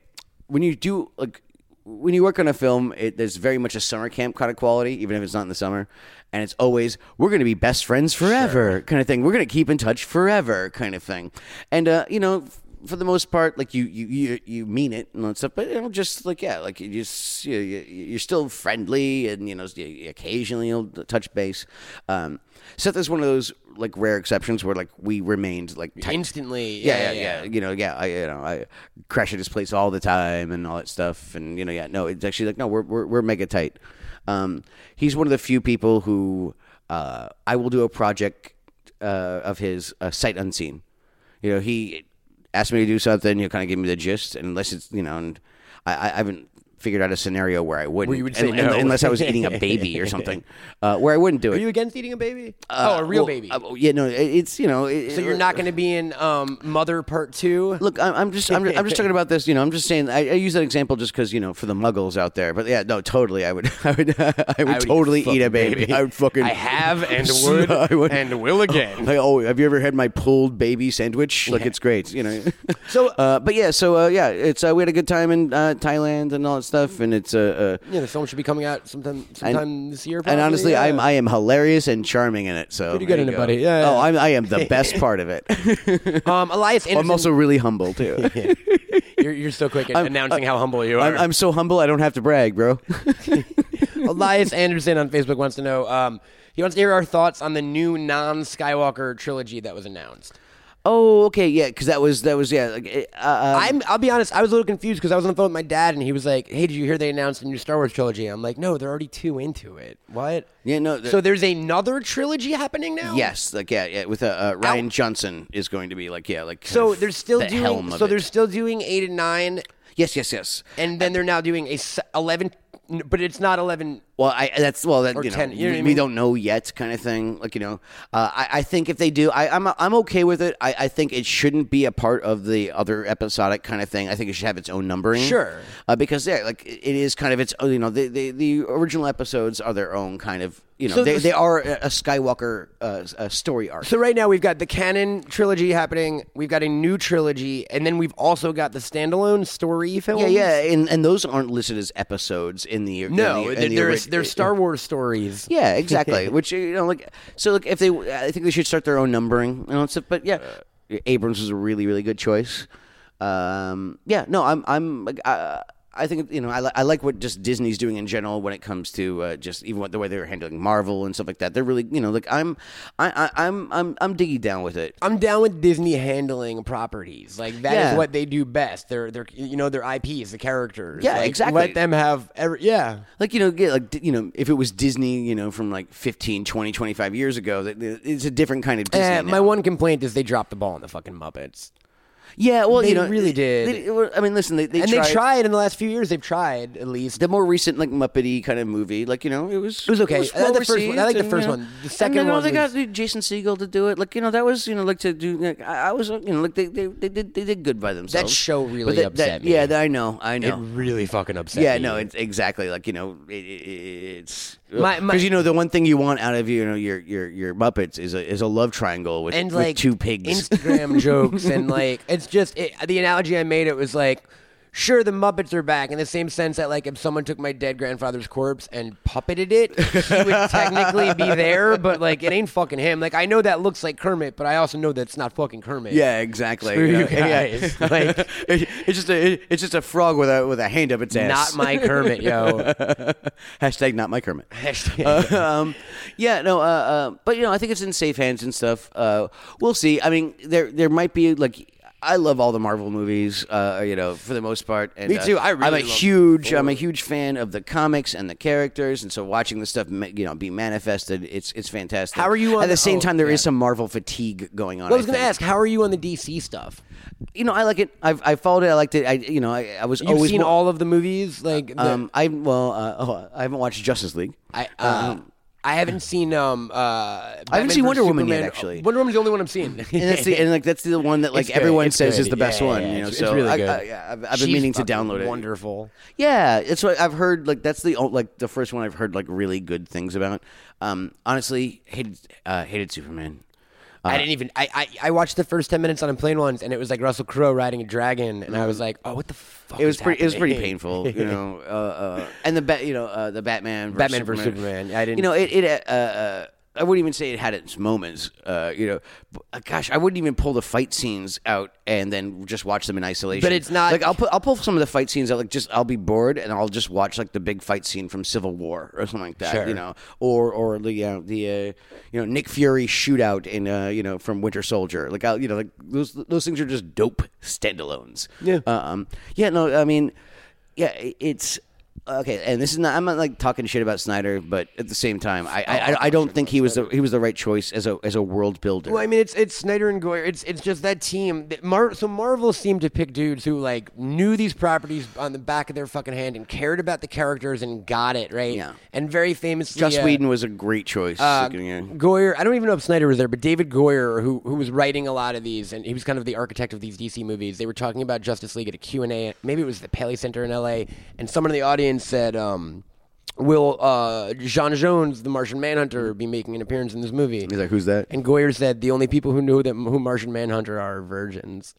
B: when you do like when you work on a film it, there's very much a summer camp kind of quality even if it's not in the summer and it's always we're going to be best friends forever kind of thing we're going to keep in touch forever kind of thing and uh you know f- for the most part like you you you, you mean it and all that stuff but you know just like yeah like you just you, you, you're still friendly and you know you- you occasionally you'll touch base um seth is one of those like rare exceptions where like we remained like tight
C: Instantly.
B: yeah, yeah, yeah, You know, yeah, I, you know, I crash at his place all the time and all that stuff, and you know, yeah, no, it's actually like no, we're we're, we're mega tight. Um, he's one of the few people who uh, I will do a project uh, of his uh, sight unseen. You know, he asked me to do something. He'll kind of give me the gist, and unless it's you know, and I, I haven't figured out a scenario where I wouldn't.
C: you would
B: un-
C: say
B: un-
C: no.
B: unless I was eating a
C: [LAUGHS]
B: baby or something, uh, where I wouldn't do it.
C: Are you against eating a baby?
B: Uh,
C: oh, a real
B: well,
C: baby.
B: uh, yeah, no, it- it's you know. It,
C: so you're not going to be in um, Mother Part Two.
B: Look, I- I'm just, I'm, I'm just talking about this. You know, I'm just saying. I, I use that example just because you know, for the Muggles out there. But yeah, no, totally. I would, [LAUGHS] I would, I would,
C: would
B: totally eat a
C: fucking
B: baby.
C: baby.
B: I would fucking. [LAUGHS]
C: I have and would
B: I would.
C: and will again.
B: Like, oh, have you ever had my pulled baby sandwich? Like, it's great. You know.
C: [LAUGHS]
B: [LAUGHS]
C: So-
B: uh, but yeah, so uh, yeah, it's uh, we had a good time in uh, Thailand and all that stuff, and it's uh, uh
C: Yeah, the film should be coming out sometime sometime this year.
B: and
C: probably,
B: honestly,
C: yeah.
B: I'm I am hilarious and charming in it. So
C: Pretty
B: there
C: good
B: you
C: in it,
B: go.
C: buddy. Yeah,
B: Oh,
C: yeah.
B: I'm I am the
C: [LAUGHS]
B: best part of it.
C: um, Elias Anderson.
B: I'm also really humble
C: [LAUGHS]
B: too.
C: you're, you're so quick at announcing how humble you are.
B: uh, I'm, I'm so humble. I don't have to brag, bro.
C: Elias Anderson on Facebook wants to know. Um, he wants to hear our thoughts on the new non-Skywalker trilogy that was announced.
B: oh, okay, yeah, because that was that was yeah. Like, it- uh, uh,
C: I'm. I'll be honest. I was a little confused because I was on the phone with my dad, and he was like, "Hey, did you hear they announced a new Star Wars trilogy?" I'm like, "No, they're already two into it. What?
B: Yeah, no, the-
C: so there's another trilogy happening now.
B: yes, like yeah, yeah. With uh, uh, Ryan
C: Ow.
B: Johnson is going to be like yeah, like kind
C: So
B: of
C: they're still
B: the
C: doing.
B: helm of
C: So
B: it.
C: they're still doing eight and nine,
B: yes, yes, yes.
C: and then they're now doing a s- eleven. n- But it's not eleven.
B: Well, I that's well that
C: Or
B: you know,
C: 10, you know what I
B: we
C: mean?
B: don't know yet kind of thing. Like you know, uh, I, I think if they do, I, I'm I'm okay with it. I, I think it shouldn't be a part of the other episodic kind of thing. I think it should have its own numbering.
C: Sure.
B: uh, because yeah, like it is kind of its own. You know, the, the the original episodes are their own kind of. You know,
C: So
B: they
C: this-
B: they are a, a Skywalker uh, s- a story arc.
C: So right now we've got the canon trilogy happening. We've got a new trilogy, and then we've also got the standalone story films.
B: yeah, yeah, and and those aren't listed as episodes in the in
C: No,
B: the- in
C: they're,
B: the
C: they're,
B: orig-
C: they're Star Wars stories.
B: Yeah,
C: [LAUGHS]
B: exactly. Which you know, like, so like if they, I think they should start their own numbering and all that stuff. But yeah,
C: Uh.
B: Abrams was a really, really good choice. Um, yeah, no, I'm, I'm, like, I, I think you know, I, li- I like what just Disney's doing in general when it comes to uh, just even what, the way they're handling Marvel and stuff like that. They're really, you know, like I'm, I, I I'm, I'm, I'm digging down with it.
C: I'm down with Disney handling properties. Like that is
B: Yeah.
C: what they do best. They're they're you know their IPs, the characters.
B: Yeah,
C: Like,
B: exactly.
C: Let them have every yeah.
B: like you know get like d- you know if it was disney you know from like 15 20 25 years ago that that- it's a different kind of disney
C: Eh, my
B: now.
C: one complaint is they dropped the ball on the fucking Muppets.
B: yeah well
C: they
B: you know
C: really
B: they-
C: did.
B: they were- i mean listen they, they
C: and
B: tried,
C: they tried in the last few years. They've tried at least.
B: the more recent like Muppety kind of movie, like you know, it was it
C: was okay. I like the first one. I
B: well-received
C: like the
B: and,
C: first
B: you know,
C: one. The second
B: and, you know,
C: one
B: they
C: was-
B: got Jason Segel to do it. Like you know, that was you know like to do. Like, I, I was uh, you know like they they, they did they did good by themselves.
C: show
B: But
C: really
B: that-
C: upset
B: that-
C: me.
B: Yeah, that I know, I
C: It
B: know.
C: really fucking upset.
B: yeah,
C: me.
B: no, it's exactly like you know, it, it, it's
C: My- my-
B: because you know the one thing you want out of you know your your your Muppets is a is a love triangle with,
C: and
B: with
C: like
B: two pigs.
C: Instagram jokes and like it's just it, the analogy I made. It was like. Sure, the Muppets are back in the same sense that, like, if someone took my dead grandfather's corpse and puppeted it, he
B: [LAUGHS]
C: would technically be there, but like, it ain't fucking him. Like, I know that looks like Kermit, but I also know that's not fucking
B: [LAUGHS]
C: Kermit.
B: yeah, exactly.
C: Screw you
B: know, yeah. [LAUGHS]
C: guys. Like-
B: It- it's just a it- it's just a frog with a with a hand up its ass. [LAUGHS]
C: not my Kermit, yo.
B: Hashtag not my
C: [LAUGHS]
B: Kermit. um, yeah, no, uh, uh, but you know, I think it's in safe hands and stuff. Uh, we'll see. I mean, there there might be like. I love all the Marvel movies, uh, you know, for the most part. And,
C: Me too.
B: uh,
C: I really
B: I'm a
C: love
B: huge, I'm a huge fan of the comics and the characters, and so watching the stuff, ma- you know, be manifested, it's it's fantastic.
C: How are you on
B: At the
C: the-
B: same
C: oh,
B: time, there is
C: yeah.
B: some Marvel fatigue going on.
C: I was
B: I
C: gonna
B: think.
C: ask, how are you on the DC stuff?
B: You know, I like it. I've I followed it. I liked it. I, you know, I, I was
C: You've
B: always
C: seen
B: more-
C: all of the movies, like the-
B: Um, I well, uh, oh, I haven't watched Justice League.
C: I. Uh, I haven't seen um uh I
B: haven't seen Wonder Woman yet, actually.
C: Wonder Woman's the only one I'm seeing.
B: and [LAUGHS] that's the and like that's the one that like
C: good.
B: everyone
C: It's
B: says
C: good.
B: is the best
C: Yeah,
B: one.
C: yeah,
B: you know,
C: it's-
B: so
C: it's really
B: I,
C: good.
B: I, I, I've, I've been
C: She's
B: meaning to
C: fucking
B: download it.
C: Wonderful.
B: Yeah, it's what I've heard. Like that's the o- like the first one I've heard like really good things about. Um, honestly, hated uh, hated Superman. Uh,
C: I didn't even. I, I I watched the first ten minutes on Plain Ones, and it was like Russell Crowe riding a dragon, and I was like, oh, what the fuck?
B: Mm-hmm. It was
C: is
B: pretty. It was pretty
C: happening?
B: painful,
C: [LAUGHS]
B: you know. Uh, uh, and the bat, you know, uh, the Batman, versus
C: Batman versus Superman. I didn't-
B: You know, it. it uh, uh, I wouldn't even say it had its moments. Uh, you know, but, uh, gosh, I wouldn't even pull the fight scenes out and then just watch them in isolation.
C: But it's not-
B: like I'll put I'll pull some of the fight scenes out. Like just I'll be bored and I'll just watch like the big fight scene from Civil War or something like that. You know, or or the uh, the uh, you know Nick Fury shootout in uh, you know from Winter Soldier. Like I'll you know like those those things are just dope standalones.
C: Yeah.
B: Um, yeah, no, I mean, yeah, i- it's okay, and this is not. I'm not like talking shit about Snyder, but at the same time, I I, I, I don't think he was the, he was the right choice as a as a world builder.
C: Well, I mean, it's it's Snyder and Goyer. It's it's just that team. that Mar- so Marvel seemed to pick dudes who like knew these properties on the back of their fucking hand and cared about the characters and got it right.
B: Yeah.
C: And very famously,
B: Joss
C: uh,
B: Whedon was a great choice.
C: uh,
B: looking at-
C: Goyer. I don't even know if Snyder was there, but David Goyer, who who was writing a lot of these, and he was kind of the architect of these DC movies. They were talking about Justice League at a Q and A. Maybe it was the Paley Center in L.A. And someone in the audience said, um, "Will uh, John Jones, the Martian Manhunter, be making an appearance in this movie?"
B: He's like, who's that?
C: And Goyer said, "The only people who know that who Martian Manhunter are virgins."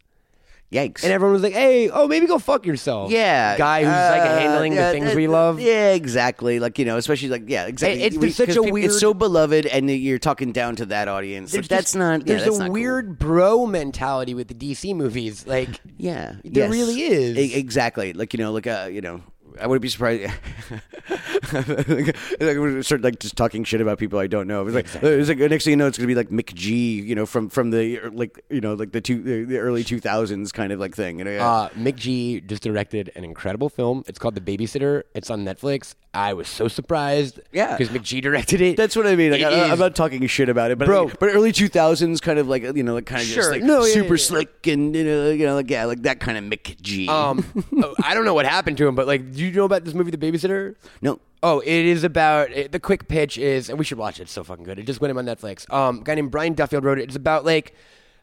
B: Yikes!
C: And everyone was like, "Hey, oh, maybe go fuck yourself."
B: yeah,
C: guy who's like
B: uh,
C: handling
B: yeah,
C: the things
B: uh,
C: we love.
B: Yeah, exactly. Like you know, especially like yeah, exactly.
C: it's
B: We-
C: been such
B: 'cause
C: a
B: people-
C: weird-
B: It's so beloved, and you're talking down to that audience. Like,
C: There's
B: that's
C: just-
B: not. yeah,
C: There's
B: that's
C: a
B: not cool.
C: weird bro mentality with the DC movies. Like,
B: Yeah,
C: There
B: yes.
C: really is.
B: E- exactly. Like you know, like uh, you know, I wouldn't be surprised. [LAUGHS] like, I would start like just talking shit about people I don't know. It's like, it's like next thing you know, it's gonna be like Mick G, you know, from from the uh, like you know like the two the, the early two thousands kind of like thing. You know, yeah.
C: Uh, Mick G just directed an incredible film. It's called The Babysitter. It's on Netflix. I was so surprised.
B: Yeah.
C: because Mick G directed it.
B: that's what I mean. Like,
C: it
B: I,
C: is-
B: I'm not talking shit about it, but
C: Bro.
B: but early 2000s kind of like you know, like kind of just
C: Sure.
B: like
C: No, yeah,
B: super
C: yeah, yeah.
B: slick and you know, you know, like yeah, like that kind of Mick G. [LAUGHS]
C: um, oh, I don't know what happened to him, but like, do you know about this movie, The Babysitter?
B: no,
C: Oh, it is about it, the quick pitch is, and we should watch it. It's so fucking good. It just went up on Netflix. Um, a guy named Brian Duffield wrote it. It's about like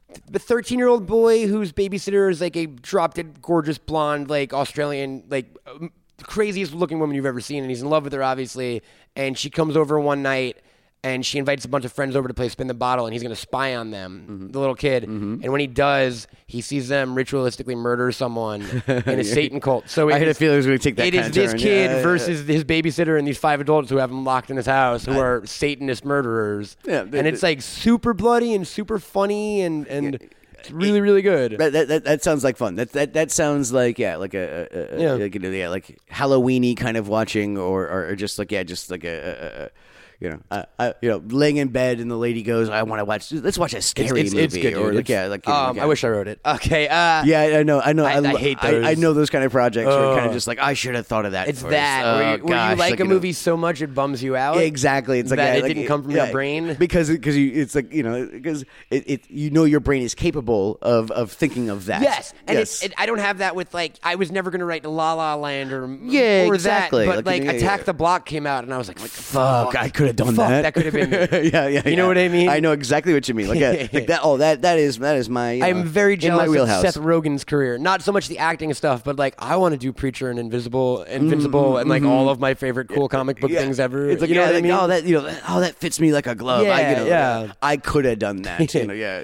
C: th- the thirteen-year-old boy whose babysitter is like a drop-dead, gorgeous blonde, like Australian, like um, craziest-looking woman you've ever seen, and he's in love with her, obviously. And she comes over one night. And she invites a bunch of friends over to play spin the bottle, and he's going to spy on them,
B: Mm-hmm.
C: the little kid. And when he does, he sees them ritualistically
B: [LAUGHS]
C: murder someone in a Satan cult. So
B: I had a
C: is-
B: feeling it was gonna take that
C: It is
B: kinda
C: this
B: turn.
C: kid
B: Yeah, yeah, yeah.
C: versus his babysitter and these five adults who have him locked in his house who are Satanist murderers.
B: Yeah, they-
C: and it's
B: they-
C: like super bloody and super funny and and it's really really good.
B: That, that, that, that sounds like fun. That that that sounds like yeah, like a, a, a
C: Yeah.
B: like you know, yeah, like Halloweeny kind of watching, or, or or just like yeah, just like a, a, a you know, I, I, you know, laying in bed and the lady goes, I want to watch. Let's watch a scary
C: it's,
B: movie,
C: it's good.
B: or
C: dude.
B: like
C: It's-
B: yeah, like you know,
C: um,
B: like,
C: I
B: yeah.
C: wish I wrote it. Okay, uh,
B: Yeah, I I know, I know.
C: I- I
B: lo-
C: hate
B: I, I
C: those.
B: know those kind of projects where kind of
C: Ugh.
B: just like I should have thought of that.
C: It's
B: first.
C: that where,
B: Oh,
C: you, where you
B: gosh,
C: like, a
B: you know.
C: movie so much it bums you out.
B: Yeah, exactly. It's like
C: that
B: yeah,
C: it
B: like,
C: didn't come from your brain.
B: because because you it's like you know because it, it you know your brain is capable of of thinking of that.
C: Yes, and
B: yes.
C: It's, it, I don't have that with like I was never gonna write La La Land or
B: Yeah,
C: or
B: exactly.
C: that,
B: Like,
C: but like,
B: yeah, yeah.
C: Attack the Block came out and I was like,
B: fuck, I could have done
C: fuck,
B: that.
C: that could have been me.
B: [LAUGHS] yeah, yeah.
C: You know
B: yeah.
C: what I mean?
B: I know exactly what you mean. Like,
C: [LAUGHS]
B: yeah, like that. Oh, that that is that is my. you know,
C: I'm very jealous
B: in my wheelhouse.
C: of Seth Rogen's career. Not so much the acting stuff, but like I want to do Preacher and Invisible, Invincible, and like all of my favorite cool comic book
B: Mm-hmm, Yeah.
C: things ever.
B: It's like
C: you know
B: yeah,
C: what
B: like,
C: I mean?
B: oh that you know that- oh that fits me like a glove. I, you
C: Yeah,
B: know,
C: yeah.
B: I could have done that.
C: [LAUGHS]
B: you know, yeah.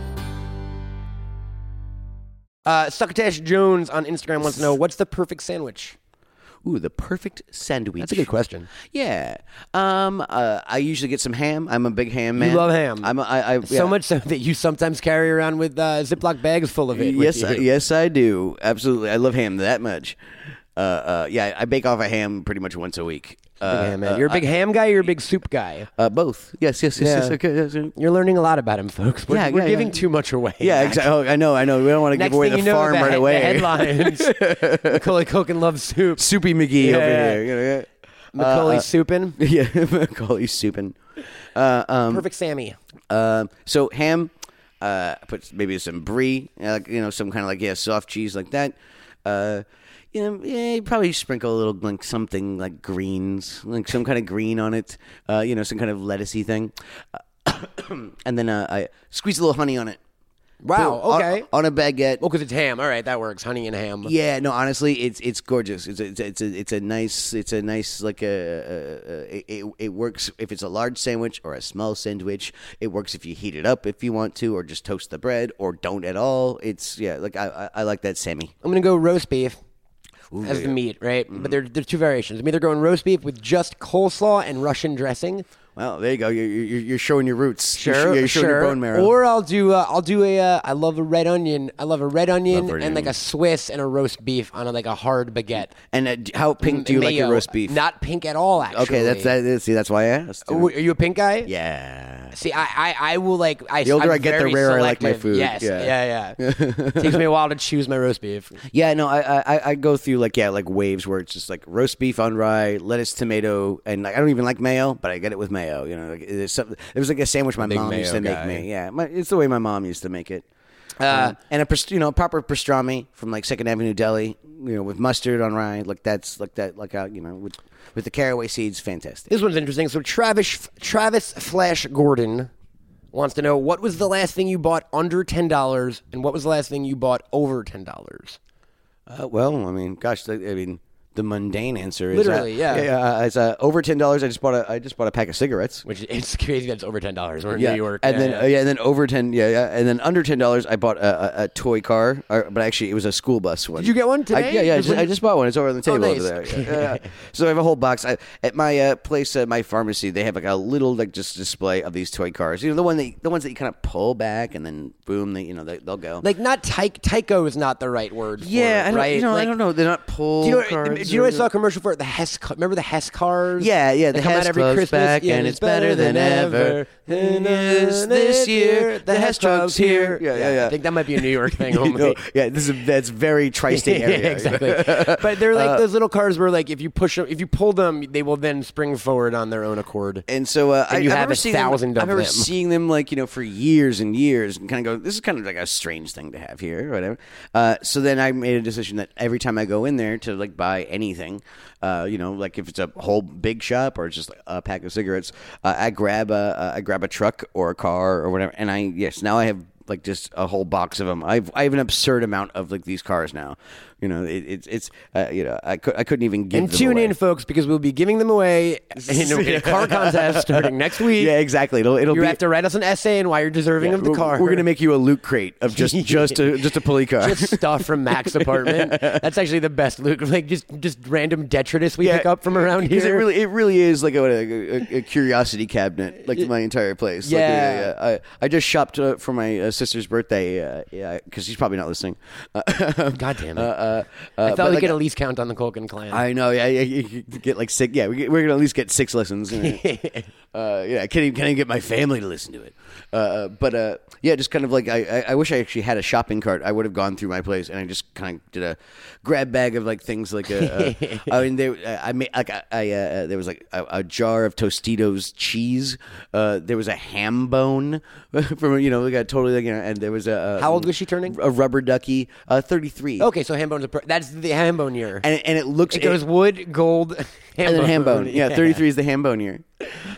C: uh, Succotash Jones on Instagram wants to know what's the perfect sandwich.
B: Ooh, the perfect sandwich.
C: That's a good question.
B: Yeah. Um. Uh, I usually get some ham. I'm a big ham man.
C: You love ham.
B: I'm. A, I, I, yeah.
C: So much so that you sometimes carry around with uh, Ziploc bags full of it. with
B: Yes,
C: you.
B: I, yes, I do. Absolutely, I love ham that much. Uh, uh, yeah, I bake off a ham pretty much once a week.
C: Big
B: Uh,
C: ham, man. You're a big ham guy. You're a big soup guy.
B: uh, both. Yes, yes, yes,
C: Yeah.
B: yes. Okay, yes, yes.
C: You're learning a lot about him, folks. We're,
B: Yeah,
C: we're
B: yeah,
C: giving
B: yeah.
C: too much away.
B: Yeah, exactly. Oh, I know, I know. We don't want to give
C: [LAUGHS] Next
B: away
C: thing
B: the
C: you know,
B: farm
C: the,
B: right
C: he-
B: away.
C: The headlines: Macaulay Culkin loves
B: [LAUGHS]
C: soup.
B: Soupy McGee over
C: Yeah.
B: here. You know,
C: Macaulay
B: uh,
C: soupin.
B: yeah, [LAUGHS] yeah. [LAUGHS] Macaulay souping. Uh, um,
C: Perfect Sammy.
B: Um, so ham, uh, put maybe some brie, uh, like, you know, some kind of like yeah, soft cheese like that. Uh, you know, yeah, you probably sprinkle a little like something like greens, like some kind of green on it. Uh, you know, some kind of lettucey thing, [COUGHS] and then uh, I squeeze a little honey on it.
C: Wow.
B: Boom. Uh, On-
C: Okay.
B: on a baguette.
C: Oh, because it's ham. All right, that works. Honey and ham.
B: Yeah, no, honestly, it's it's gorgeous. It's a, it's a, it's a, it's a nice it's a nice like a, a, a it, it works if it's a large sandwich or a small sandwich. It works if you heat it up if you want to, or just toast the bread, or don't at all. It's yeah, like I I, I like that Sammy.
C: I'm gonna go roast beef as the meat, right?
B: Mm-hmm.
C: But there, there's two variations. I'm either going roast beef with just coleslaw and Russian dressing,
B: Well, there you go. You're you're, you're showing your roots. You're
C: sure,
B: sh- you're showing your
C: sure,
B: bone marrow.
C: or I'll do uh, I'll do a uh, I love a red onion. I love a red onion
B: red
C: and like
B: onion.
C: a Swiss and a roast beef on a, like a hard baguette.
B: and uh, d- how pink do you like your
C: Mayo.
B: roast beef?
C: Not pink at all, actually.
B: okay. That's that. is- See, that's why I asked.
C: Oh, Are you a pink guy?
B: yeah.
C: See, I, I, I will like. I,
B: The older
C: I'm
B: I get, the
C: very
B: rarer I like my
C: selective.
B: food.
C: Yes,
B: Yeah.
C: yeah, yeah.
B: [LAUGHS]
C: Takes me a while to choose my roast beef.
B: Yeah, no, I, I- I I go through like yeah, like waves where it's just like roast beef on rye, lettuce, tomato, and like I don't even like mayo, but I get it with mayo. You know, like, there's something. It was like a sandwich my mom used to
C: mayo
B: make
C: guy. Uh,
B: me. Yeah, my, it's the way my mom used to make it. Um, and a pers- you know proper pastrami from like Second Avenue Deli, you know, with mustard on rye, like that's like that like uh, you know with with the caraway seeds, fantastic.
C: This one's interesting. So Travis Travis Flash Gordon wants to know what was the last thing you bought under ten dollars, and what was the last thing you bought over ten dollars.
B: Uh, well, I mean, gosh, the- I mean the mundane answer is
C: Literally,
B: uh,
C: yeah.
B: uh, it's uh, over ten dollars. I just bought a I just bought a pack of cigarettes.
C: Which is- it's crazy that it's over ten dollars. We're in New York,
B: And
C: Yeah,
B: then uh,
C: yeah.
B: yeah. yeah, and then over ten, yeah, yeah, and then under ten dollars, I bought a, a, a toy car, or, but actually it was a school bus one.
C: Did you get one
B: I-
C: today?
B: yeah, yeah, I
C: Just
B: just,
C: when-
B: I just bought one. It's over on the table
C: nice.
B: over there. Yeah, yeah, [LAUGHS] yeah. so I have a whole box. I, at my uh, place, uh, my pharmacy, they have like a little like just display of these toy cars. You know the one that the ones that you kind of pull back and then boom, they you know they, they'll go.
C: like not tyke Tyco is not the right word. for
B: yeah,
C: it,
B: I don't,
C: right?
B: you know,
C: Like,
B: I don't know. They're not pull
C: Do you know?
B: cars.
C: do you know? I
B: or-
C: saw a commercial for it. The Hess. ca- Remember the Hess cars?
B: Yeah, yeah.
C: They
B: The
C: come out
B: Hess
C: every
B: Club's
C: Christmas.
B: back,
C: Yeah,
B: and it's better than ever. And it's this year, the Hess Club's here. Yeah, yeah, yeah.
C: I think that might be a New York
B: [LAUGHS]
C: thing.
B: You
C: homie.
B: know, yeah, this is that's
C: [LAUGHS]
B: very tri-state area. Uh,
C: yeah, exactly. but they're like those little cars where, like, if you push them, if you pull them, they will then spring forward on their own accord.
B: And so uh,
C: And
B: I,
C: you
B: I
C: have
B: remember
C: a
B: seeing
C: thousand
B: them,
C: of
B: I remember
C: them.
B: seeing them like you know for years and years, and kind of go, this is kind of like a strange thing to have here, or whatever. Uh, so then I made a decision that every time I go in there to like buy anything, uh, you know, like if it's a whole big shop or just like a pack of cigarettes, uh, I grab a uh, I grab a truck or a car or whatever, and I yes now I have. Like just a whole box of them. I've I have an absurd amount of like these cars now. You know, it, it's it's uh, you know I, could, I couldn't even give
C: and
B: them
C: tune
B: away.
C: in, folks, because we'll be giving
B: [LAUGHS]
C: them away in a, in a car contest starting next week.
B: Yeah, exactly. It'll it'll
C: You
B: be
C: have to write us an essay and why you're deserving of the
B: we're,
C: car.
B: We're gonna make you a loot crate of just just a just a pulley car.
C: [LAUGHS] just stuff
B: [LAUGHS]
C: from Mac's apartment. That's actually the best loot. Like just just random detritus we pick up from around here.
B: Because it really, it really is like a, a, a- a curiosity cabinet, like my entire place. Like,
C: Yeah.
B: I, I just shopped uh, for my uh, sister's birthday. Uh, yeah, because she's probably not listening. [LAUGHS] Uh,
C: God damn it!
B: uh, uh,
C: I
B: but,
C: thought we
B: like,
C: could at least count on the Colgan clan.
B: I know. Yeah, yeah, you could get like six. Yeah, we get, we're gonna at least get six lessons.
C: [LAUGHS]
B: uh, yeah, I can't even, can't even get my family to listen to it. Uh, but uh, yeah, just kind of like I, I, I wish I actually had a shopping cart. I would have gone through my place and I just kind of did a grab bag of like things like
C: [LAUGHS]
B: a. a I mean, there I I made like I, I uh, there was like a, a jar of Tostitos cheese. Uh, there was a ham bone [LAUGHS] from you know we got totally like you know, and there was a, a
C: How old was she turning?
B: A rubber ducky, uh, thirty three.
C: Okay, so Hambone's a per- that's the Hambone year.
B: And, and it looks
C: it goes wood, gold, [LAUGHS]
B: and then ham bone. Yeah,
C: thirty three.
B: 33 is the ham bone here.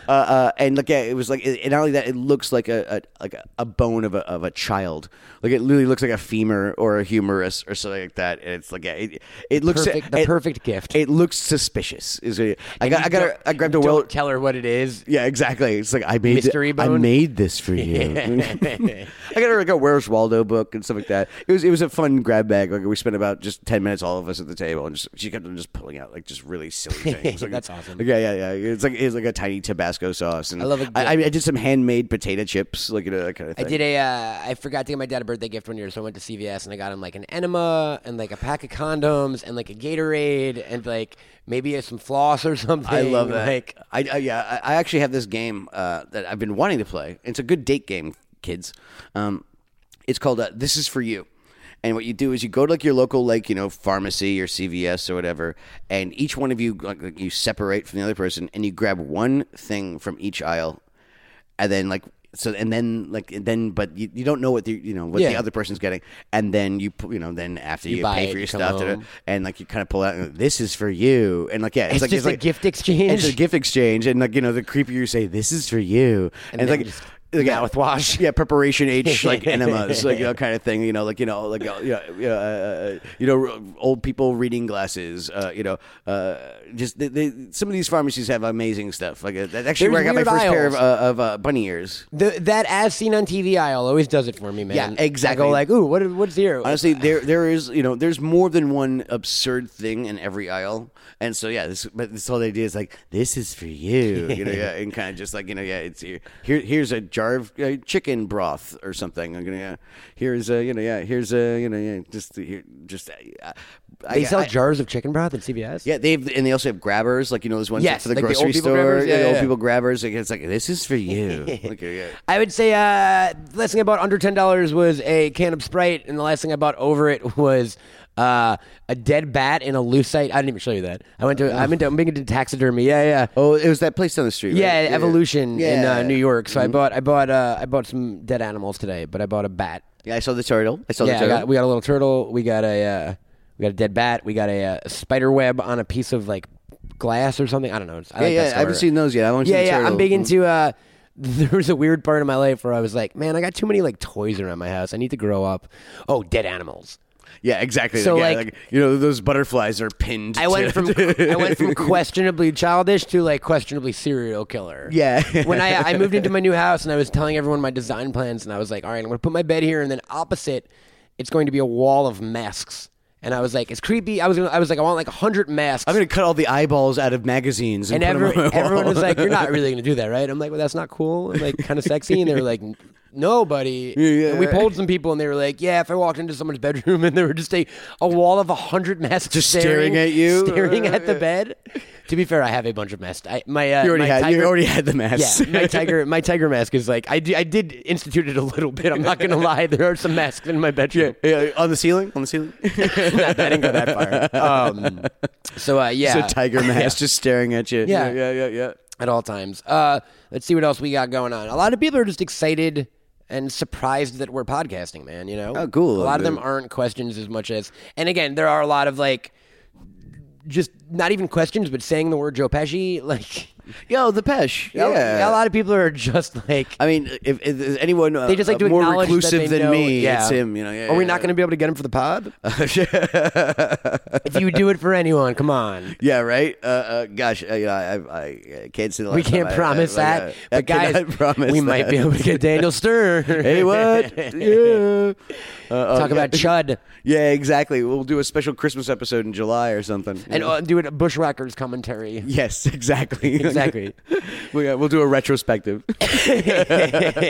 B: Uh, uh, and look, yeah, it was like, and not only that, it looks like a, a like a, a bone of a, of a child. Like it literally looks like a femur or a humerus or something like that. And it's like, yeah, it, it looks
C: Perfect- the
B: it-
C: perfect gift.
B: It looks suspicious. Is it? I
C: And
B: got,
C: you
B: I got,
C: don't-
B: a, I grabbed
C: you
B: a well.
C: Don't tell her what it is.
B: yeah, exactly. It's like I made thi-
C: Mystery
B: I
C: bone?
B: made this for
C: [LAUGHS]
B: you. [LAUGHS] I got her like a Where's Waldo book and stuff like that. It was it was a fun grab bag. Like we spent about just ten minutes, all of us at the table, and just she kept on just pulling out like just really silly
C: [LAUGHS]
B: things. Like,
C: That's awesome.
B: Yeah, yeah, yeah. It's like it's like a tiny Tabasco sauce. And
C: I love a
B: I, I did some handmade potato chips, like you know that kind of
C: I
B: thing.
C: did a. Uh, I forgot to get my dad a birthday gift one year, so I went to CVS and I got him like an enema and like a pack of condoms and like a Gatorade and like maybe some floss or [LAUGHS] something.
B: I love that.
C: Like
B: I, I yeah, I, I actually have this game uh, that I've been wanting to play. It's a good date game, kids. Um, it's called uh, "This Is for You," and what you do is you go to like your local like you know pharmacy or CVS or whatever, and each one of you like, like, you separate from the other person and you grab one thing from each aisle, and then like so and then like and then but you, you don't know what the you know what the
C: Yeah.
B: other person's getting and then you pu- you know then after you,
C: buy
B: pay
C: it,
B: for your
C: you come
B: stuff da- da-
C: home.
B: and like you kind of pull out and, this is for you and like yeah it's,
C: It's
B: like
C: just
B: it's
C: a
B: like,
C: gift exchange.
B: it's a gift exchange and like you know the creepier you say this is for you and, it's
C: then
B: like
C: just
B: like, yeah, [LAUGHS]
C: mouthwash.
B: yeah preparation h
C: [LAUGHS]
B: like enemas like you know, kind of thing you know like you know like uh, yeah, yeah, uh, uh, you know old people reading glasses uh, you know uh, just they, they, some of these pharmacies have amazing stuff like uh, that's actually
C: There's
B: where I got my first
C: weird
B: pair of,
C: aisles.
B: uh, of uh, bunny ears
C: The, that as seen on TV aisle always does it for me, man.
B: Yeah, exactly.
C: I go like, ooh, what, what's here?
B: Honestly, there there is you know there's more than one absurd thing in every aisle, and so yeah, this but this whole idea is like this is for you, you know, yeah, and kind of just like you know, yeah, it's here, here here's a jar of uh, chicken broth or something. I'm gonna yeah, here's a you know yeah, here's a you know yeah, just here, just uh, I,
C: they sell
B: I-
C: jars of chicken broth at CVS.
B: yeah, they've and they also have grabbers, like you know, those ones
C: Yes,
B: for the
C: like the old
B: grocery
C: people
B: store,
C: grabbers, yeah,
B: the old
C: yeah.
B: people grabbers. Like, it's like this is for [LAUGHS] you. like, yeah.
C: I would say uh, last thing I bought under ten dollars was a can of Sprite, and the last thing I bought over it was uh, a dead bat in a lucite. I didn't even show you that. I went to I'm into I'm big into taxidermy. Yeah, yeah.
B: Oh, it was that place down the street.
C: Yeah,
B: right?
C: Evolution in
B: Yeah. Mm-hmm.
C: uh, New York. So I bought, I bought, uh, I bought some dead animals today, but I bought a bat.
B: Yeah, I saw the turtle. I saw
C: yeah,
B: Oh, the
C: I
B: turtle.
C: got, we got a little turtle. We got a, uh, we got a dead bat. We got a, uh spider web on a piece of like glass or something. I don't know. It's- I
B: Yeah,
C: like that
B: yeah, I haven't
C: story.
B: seen those yet. I haven't
C: Yeah,
B: seen
C: yeah.
B: Turtle.
C: I'm big into. Uh, [LAUGHS] there was a weird part of my life where I was like, man, I got too many like toys around my house. I need to grow up. Oh, dead animals.
B: Yeah, exactly. So
C: So,
B: like, yeah,
C: like-
B: like, you know, those butterflies are pinned.
C: I
B: to-
C: [LAUGHS] went from I went from questionably childish to like questionably serial killer.
B: Yeah.
C: when I I moved into [LAUGHS] my new house and I was telling everyone my design plans and I was like, all right, I'm gonna put my bed here and then opposite, it's going to be a wall of masks. And I was like, it's creepy. I was gonna, I was like, I want like hundred masks.
B: I'm gonna cut all the eyeballs out of magazines, and,
C: and
B: put 'em
C: every,
B: on my
C: everyone
B: wall.
C: was like, you're not really gonna do that, right? I'm like, well, that's not cool. and like kind of sexy. And they were like. No, buddy.
B: [LAUGHS] yeah,
C: And we
B: yeah.
C: polled some people, and they were like, "Yeah, if I walked into someone's bedroom and there were just a, a wall of a hundred masks
B: Just staring at you?
C: staring at the bed." To be fair, I have a bunch of masks. I, my
B: [LAUGHS]
C: uh,
B: You already
C: my
B: had.
C: tiger-
B: you already had the mask. [LAUGHS]
C: yeah, my tiger, my tiger mask is like I, d- I did institute it a little bit. I'm
B: [LAUGHS]
C: not gonna lie, there are some masks in my bedroom.
B: Yeah, on the ceiling. On the [LAUGHS] ceiling.
C: Not- I didn't go [LAUGHS]
B: [LAUGHS]
C: that far. Um, so uh, yeah,
B: so
C: [LAUGHS]
B: tiger mask just staring at you.
C: Yeah.
B: yeah, yeah, yeah.
C: at all times. Uh, let's see what else we got going on. A lot of people are just excited and surprised that we're podcasting, man. You know,
B: Oh, cool.
C: A lot
B: Dude.
C: of them aren't questions as much as, and again, there are a lot of like, just not even questions, but saying the word Joe Pesci, [LAUGHS] like.
B: Yo, the Pesh. Yeah,
C: A lot of people are just like
B: I mean, if, if there's anyone uh,
C: They just like
B: uh,
C: to
B: more
C: acknowledge
B: reclusive
C: that they
B: than
C: know-
B: me,
C: yeah.
B: it's him. You know. Yeah,
C: Are we
B: yeah,
C: not going to be able to get him for
B: [LAUGHS]
C: the pod? if you do it for anyone, come on.
B: Yeah, right. Uh, uh, gosh, uh, you know, I, I, I can't see the.
C: We
B: last time
C: can't
B: I- I-
C: promise
B: like,
C: that.
B: uh, I
C: but guys,
B: cannot [LAUGHS] promise
C: we might
B: that.
C: be able
B: [LAUGHS]
C: to get Daniel Stern.
B: hey,
C: [LAUGHS]
B: what? Yeah. Uh,
C: Talk
B: uh,
C: about Chud.
B: Yeah, exactly. We'll do a special Christmas episode in July or something.
C: And uh, do it a Bushwhackers commentary.
B: [LAUGHS] yes, exactly.
C: [LAUGHS] Exactly.
B: [LAUGHS] we, uh, we'll do a retrospective.
C: [LAUGHS]
B: [LAUGHS]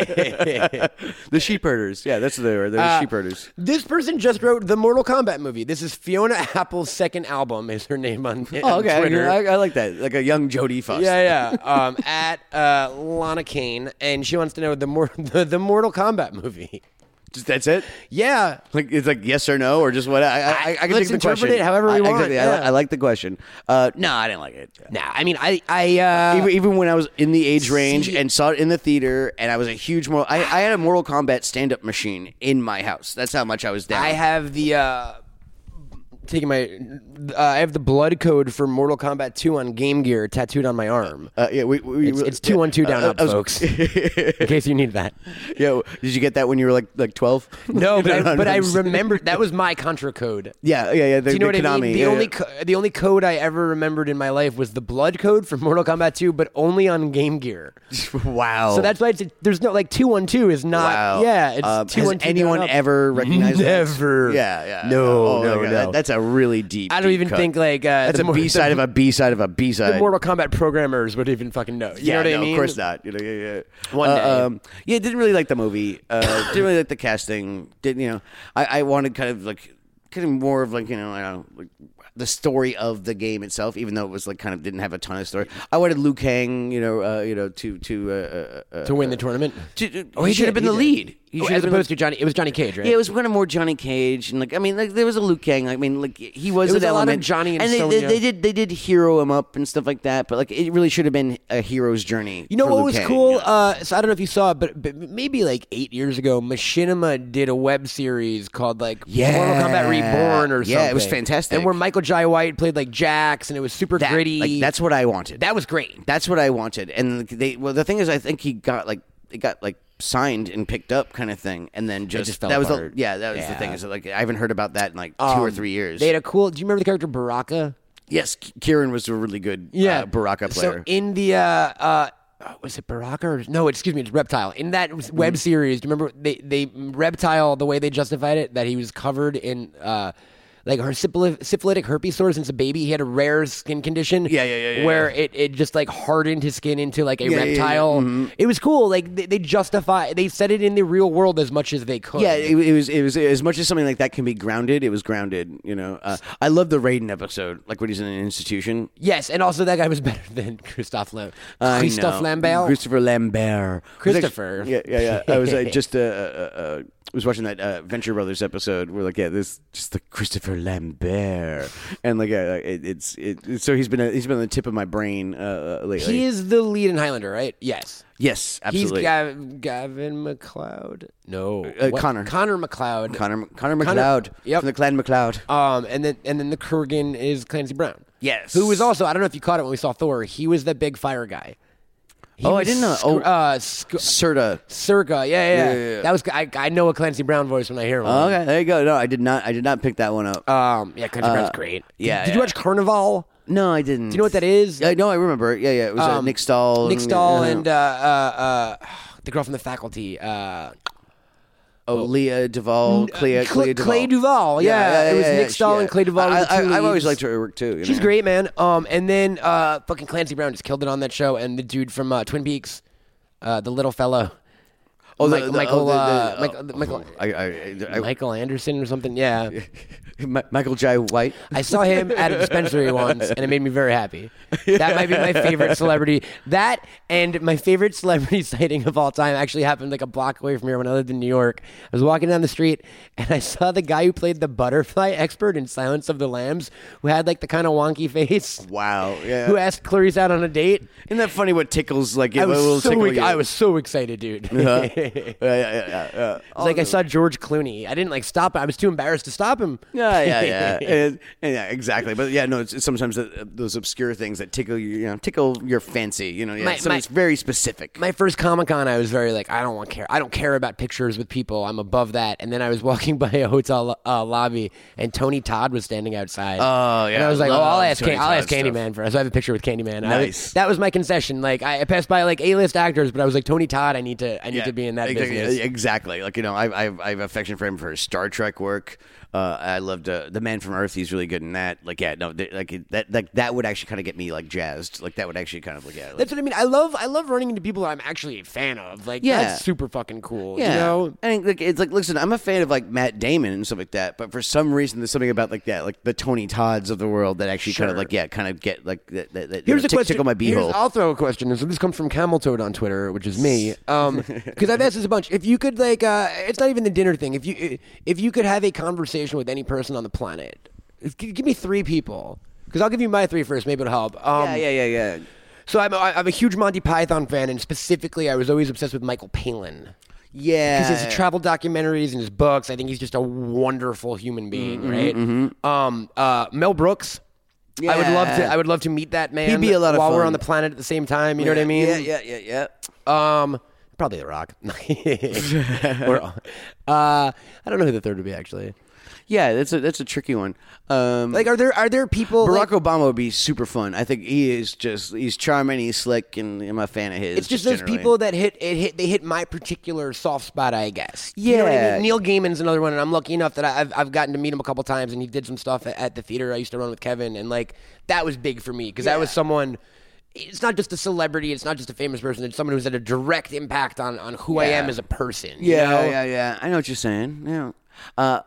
B: the sheep herders. Yeah, that's what they were. They're the
C: Uh,
B: sheep herders.
C: This person just wrote the Mortal Kombat movie. This is Fiona Apple's second album, is her name on, on Twitter.
B: Oh, I, I like that. Like a young Jodie Foster.
C: Yeah, yeah. Um, [LAUGHS] at uh, Lana Kane, and she wants to know the, mor- [LAUGHS] the the Mortal Kombat movie.
B: Just, that's it.
C: Yeah,
B: Like it's like yes or no or just what I I, I, I can
C: Let's
B: take the
C: interpret
B: question.
C: it however we
B: I,
C: want,
B: Exactly. I, li-
C: yeah.
B: I like the question. Uh, no, I didn't like it.
C: Nah, I mean, I, I, uh,
B: even, even when I was in the age range
C: See-
B: and saw it in the theater, and I was a huge moral. I, I had a Mortal Kombat stand up machine in my house. That's how much I was down.
C: I have the, uh, taking my, uh, I have the blood code for Mortal Kombat 2 on Game Gear tattooed on my arm.
B: Uh, yeah, we, we,
C: It's,
B: we-
C: it's 2 on 2 down
B: uh,
C: up,
B: I was- [LAUGHS]
C: folks. in case you need that.
B: Yeah, did you get that when you were like like twelve?
C: [LAUGHS] No,
B: [LAUGHS]
C: but, I, but I
B: I'm just-
C: remembered that was my Contra code.
B: Yeah, yeah, yeah. The,
C: Do you know
B: the
C: what I
B: Konami.
C: mean? The
B: yeah,
C: only
B: yeah.
C: co- the only code I ever remembered in my life was the blood code for Mortal Kombat 2, but only on Game Gear.
B: [LAUGHS] wow.
C: So that's why it's, there's no like two one two is not
B: Oh. Wow.
C: yeah it's
B: Um,
C: two
B: has
C: one two.
B: anyone
C: [LAUGHS]
B: ever recognized that?
C: Never.
B: Yeah, yeah.
C: No,
B: Oh, my
C: no,
B: God,
C: no.
B: that- that's a really deep.
C: I don't
B: deep
C: even
B: cut.
C: think like uh,
B: that's
C: the
B: a
C: Mor-
B: B side
C: the-
B: of a B side of a B
C: the
B: side.
C: Mortal Kombat programmers would even fucking know. You
B: yeah,
C: know what
B: no,
C: I mean?
B: Of course not. You know, yeah, yeah.
C: One
B: Uh,
C: day.
B: yeah, didn't really like the movie.
C: [COUGHS]
B: Uh, didn't really like the casting. Didn't you know? I, I wanted kind of like kind of more of like you know, I don't know like the story of the game itself, even though it was like kind of didn't have a ton of story. I wanted Liu Kang, you know, uh, you know, to to uh, uh, uh,
C: To win the tournament,
B: to,
C: Oh,
B: he,
C: he
B: should have
C: did,
B: been the
C: he did.
B: lead.
C: He
B: Oh,
C: should
B: as
C: have been
B: opposed
C: like- to Johnny. It was Johnny Cage, right?
B: Yeah, it was kind of more Johnny Cage, and like I mean, like there was a Luke Kang. Like, I mean, like he was,
C: It was
B: an
C: a lot of
B: element.
C: Johnny and
B: they, they-
C: Sonya.
B: They, did they did hero him up and stuff like that, but like it really should have been a hero's journey.
C: You know
B: for
C: what
B: Liu
C: was
B: Kang.
C: cool? Uh, so I don't know if you saw it, but, but maybe like eight years ago, Machinima did a web series called like
B: Yeah.
C: Mortal Kombat Reborn or something.
B: Yeah, it was fantastic.
C: And where Michael Jai White played like Jax, and it was super
B: That-
C: gritty.
B: like, that's what I wanted.
C: that was great.
B: That's what I wanted. And like, they well, the thing is, I think he got like it got like signed and picked up kind of thing, and then just,
C: just fell
B: that was
C: apart.
B: the, yeah, that was the thing.
C: Yeah. Um,
B: Is that, like I haven't heard about that in like two or three years.
C: They had a cool. Do you remember the character Baraka?
B: yes, K- Kieran was a really good uh, Baraka
C: So
B: player.
C: in the uh, uh, was it Baraka or no? Excuse me, it's Reptile. In that
B: Mm-hmm.
C: web series, do you remember they they Reptile the way they justified it that he was covered in. Uh, like her syphili- syphilitic herpes sore since a baby, he had a rare skin condition.
B: Yeah, yeah, yeah, yeah,
C: Where it, it just like hardened his skin into like a
B: yeah, Mm-hmm. yeah,
C: reptile. It was cool. Like they, they justify, they said it in the real world as much as they could.
B: yeah, it, it was. It was as much as something like that can be grounded. It was grounded. You know, uh, I love the Raiden episode, like when he's in an institution.
C: yes, and also that guy was [LAUGHS] better than Christophe, Lam-
B: I
C: Christophe
B: know.
C: Lambert.
B: Christopher Lambert. It was
C: Christopher.
B: actually- yeah, yeah, yeah. I was
C: [LAUGHS]
B: I just uh, uh, uh, was watching that uh, Venture Brothers episode. We're like, yeah, this just the Christopher Lambert, and like, uh, it, it's it, so he's been uh, he's been on the tip of my brain uh, uh, lately.
C: he is the lead in Highlander, right? Yes.
B: yes, absolutely.
C: He's Gav- Gavin McLeod. No,
B: Uh,
C: What?
B: Connor.
C: Connor McLeod.
B: Connor Connor
C: Connor-
B: McLeod
C: Yep.
B: from the Clan McLeod.
C: Um, and then and then the Kurgan is Clancy Brown.
B: Yes.
C: who was also I don't know if you caught it when we saw Thor. He was the big fire guy. He
B: Oh, I
C: was
B: didn't know that.
C: Sc-
B: Oh.
C: uh, sc-
B: Serta.
C: Circa. Yeah, yeah,
B: Yeah, yeah, yeah.
C: That was I, I know a Clancy Brown voice when I hear one.
B: Okay, there you go. No, I did not. I did not pick that one up.
C: Um, yeah, Clancy Brown's great.
B: Uh, yeah,
C: Did, did
B: yeah.
C: you watch Carnival?
B: no, I didn't. Do
C: you know what that is?
B: I know. I remember. it. Yeah, yeah. It was uh,
C: Um,
B: Nick Stahl.
C: Nick Stahl
B: uh,
C: and uh, uh, [SIGHS] uh, the girl from the faculty. Uh,
B: Oh, Leah Duvall, Clea,
C: Cl-
B: Clea Duvall.
C: Clay
B: Oh,
C: Duvall, yeah. It was Nick
B: she-
C: Stahl and Clay Duvall were
B: I,
C: the two
B: I, I've always
C: leads.
B: liked her work too. you
C: She's
B: know?
C: great, man. Um, and then uh, fucking Clancy Brown just killed it on that show, and the dude from uh, Twin Peaks, uh, the little fellow.
B: Oh, the-
C: Mike-
B: the-
C: Michael,
B: oh, the- the-
C: uh,
B: oh,
C: Michael- Michael-
B: I, I, I,
C: Michael Anderson or something. Yeah,
B: [LAUGHS] Mi- Michael J. White.
C: I saw him at a dispensary once, and it made me very happy. That might be my favorite celebrity. That and my favorite celebrity [LAUGHS] sighting of all time actually happened like a block away from here when I lived in New York. I was walking down the street, and I saw the guy who played the butterfly expert in Silence of the Lambs, who had like the kind of wonky face.
B: Wow. Yeah.
C: Who asked Clarice out on a date?
B: Isn't that funny? What tickles like?
C: I
B: it will
C: was, so
B: tickle
C: ex-
B: you.
C: I was so excited, dude.
B: [LAUGHS]
C: [LAUGHS]
B: Uh-huh. yeah,
C: It's
B: yeah, yeah, yeah. Uh,
C: like I saw George Clooney. I didn't like stop him. I was too embarrassed to stop him.
B: [LAUGHS] Yeah, yeah, yeah, [LAUGHS] And- and yeah, exactly. But yeah, no. It's, it's sometimes uh, those obscure things that tickle you, you know, tickle your fancy. You know, yeah,
C: My-
B: something
C: my-
B: that's very specific.
C: My first Comic Con, I was very like, I don't want care. I don't care about pictures with people. I'm above that. And then I was [LAUGHS] walking by a hotel uh, lobby, and Tony Todd was standing outside.
B: Oh, yeah.
C: And I was like,
B: Love
C: oh, I'll ask,
B: Tony
C: Can- I'll ask
B: Todd stuff.
C: Candyman for. So I have a picture with Candyman. I was-
B: Nice.
C: that was my concession. Like I, I passed by like A list actors, but I was like Tony Todd. I need to. I need to be in that
B: exactly,
C: business.
B: Exactly. Like you know, I I I have affection for him for his Star Trek work. Uh, I loved uh, the Man from Earth. He's really good in that. Like yeah, no, th- like it- that like that would actually kind of get me like jazzed. Like that would actually kind of like yeah. like-
C: That's what I mean. I love I love running into people that I'm actually a fan of. Like
B: Yeah.
C: that's super fucking cool.
B: yeah,
C: You know?
B: I think like, it's like listen, I'm a fan of like Matt Damon and stuff like that, but for some reason there's something about like that, like the Tony Todds of the world that actually kind of
C: Sure.
B: like yeah, kind of get like that. that, that
C: Here's
B: you know,
C: a
B: tick-
C: question.
B: Tickle my
C: Here's-
B: beehole.
C: I'll throw a question. And so this comes from Camel Toad on Twitter, which is
B: [LAUGHS]
C: me. Um, because I've asked this a bunch. If you could like, uh, it's not even the dinner thing. If you if you could have a conversation with any person on the planet, g- give me three people. Because I'll give you my three first. Maybe it'll help. Um,
B: yeah, yeah, yeah, yeah.
C: So I'm, I- I'm a huge Monty Python fan, and specifically, I was always obsessed with Michael Palin
B: Yeah,
C: because his travel documentaries and his books. I think he's just a wonderful human being,
B: Mm-hmm,
C: right? Um, uh, Mel Brooks. I would love to.
B: Yeah.
C: I would love to meet that man.
B: He'd be a lot of
C: while we're
B: fun.
C: on the planet at the same time. You know what I mean?
B: Yeah, yeah, yeah, yeah.
C: Um, probably The Rock.
B: [LAUGHS]
C: [LAUGHS] Or, uh, I don't know who the third would be actually.
B: Yeah, that's a that's a tricky one. Um,
C: Like, are there are there people?
B: Barack
C: like-
B: Obama would be super fun. I think he is just he's charming, he's slick, and I'm a fan of his.
C: it's just those
B: generally.
C: people that hit it hit they hit my particular soft spot, I guess. You know what I
B: Yeah.
C: mean? Neil Gaiman's another one, and I'm lucky enough that I- I've I've gotten to meet him a couple times, and he did some stuff at, at the theater I used to run with Kevin, and like that was big for me because that was someone. It's not just a celebrity. It's not just a famous person. It's someone who's had a direct impact on on who I am as a person. you
B: Yeah,
C: know?
B: yeah, yeah. I know what you're saying. Yeah. Uh,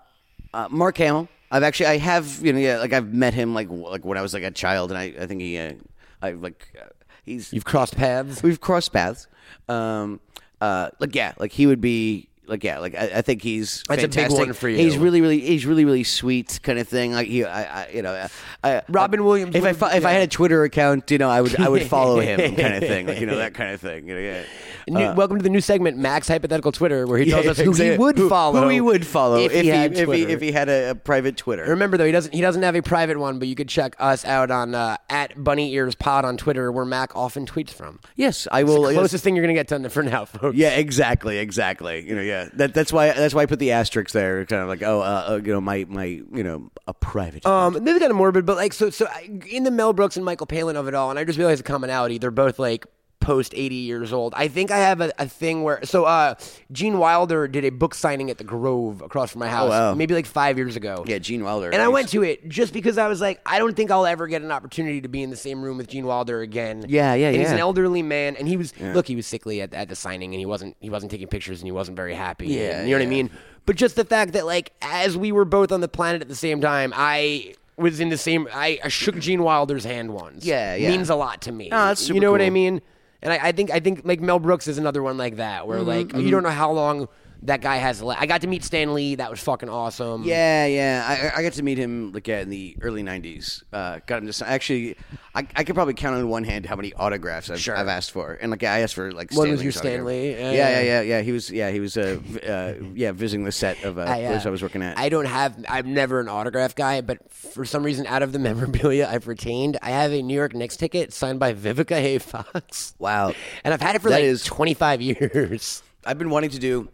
B: uh, Mark Hamill. I've actually I have you know yeah like I've met him like w- like when I was like a child, and I I think he uh, I like uh, he's [LAUGHS]
C: You've crossed paths.
B: we've crossed paths. Um, uh, like yeah, like he would be like yeah, like I, I think he's
C: That's a big
B: fantastic.
C: one for
B: He's
C: you.
B: really, really, he's really, really sweet kind of thing. Like he, I, I you know, I, I-
C: Robin Williams
B: If I
C: would-
B: fo- if I had a Twitter account, you know, I would I would follow
C: [LAUGHS]
B: him kind of thing. Like you know that kind of thing. You know, yeah.
C: New, welcome to the new segment, Max Hypothetical Twitter, where he tells us who he
B: Uh, exactly.
C: would
B: Who-
C: follow.
B: Who he would follow
C: if, he, had
B: if, he,
C: Twitter.
B: if he had a, a private Twitter.
C: Remember though, he doesn't he doesn't have a private one, but you could check us out on uh, at Bunny Ears Pod on Twitter, where Mac often tweets from.
B: Oh, yes, I will.
C: Closest thing you're gonna get done for now, folks.
B: Yeah, exactly, exactly. You know, yeah. That, that's why that's why I put the asterisks there, kind of like, oh, uh, uh, you know, my my, you know, a private.
C: Um, this is kind of morbid, but like, so, so I- in the Mel Brooks and Michael Palin of it all, and I just realized the commonality. They're both like post 80 years old. I think I have a, a thing where, so, uh, Gene Wilder did a book signing at the Grove across from my house,
B: Oh, wow.
C: maybe like five years ago.
B: yeah, Gene Wilder.
C: And I went to it just because I was like, I don't think I'll ever get an opportunity to be in the same room with Gene Wilder again.
B: Yeah, yeah,
C: and He's
B: yeah.
C: an elderly man, and he was look, he was sickly at, at the signing, and he wasn't he wasn't taking pictures, and he wasn't very happy.
B: Yeah,
C: and you know what I
B: yeah.
C: mean. But just the fact that like as we were both on the planet at the same time, I was in the same. I, I shook Gene Wilder's hand once.
B: Yeah, yeah.
C: means a lot to me.
B: Oh, that's super
C: you know what I
B: cool.
C: mean. And I, I think I think like Mel Brooks is another one like that,
B: Mm-hmm,
C: where like you don't know how long. That guy has. left. I got to meet Stan Lee. That was fucking awesome.
B: Yeah, yeah. I, I got to meet him like yeah, in the early '90s. Uh, got him to sign. Actually, I, I could probably count on one hand how many autographs I've, I've asked for, and like I asked for like.
C: One
B: Stan
C: was your
B: Lee's autograph.
C: Stanley, yeah,
B: Yeah, yeah,
C: yeah.
B: yeah, yeah. He was, yeah, he was, uh, v- uh, yeah, visiting the set of uh,
C: I, uh,
B: place I was working at.
C: I don't have. I'm never an autograph guy, but for some reason, out of the [LAUGHS] memorabilia I've retained, I have a New York Knicks ticket signed by Vivica Hay Fox, [LAUGHS]
B: wow,
C: and I've had it for
B: That
C: like
B: is-
C: 25 years. [LAUGHS]
B: I've been wanting to do.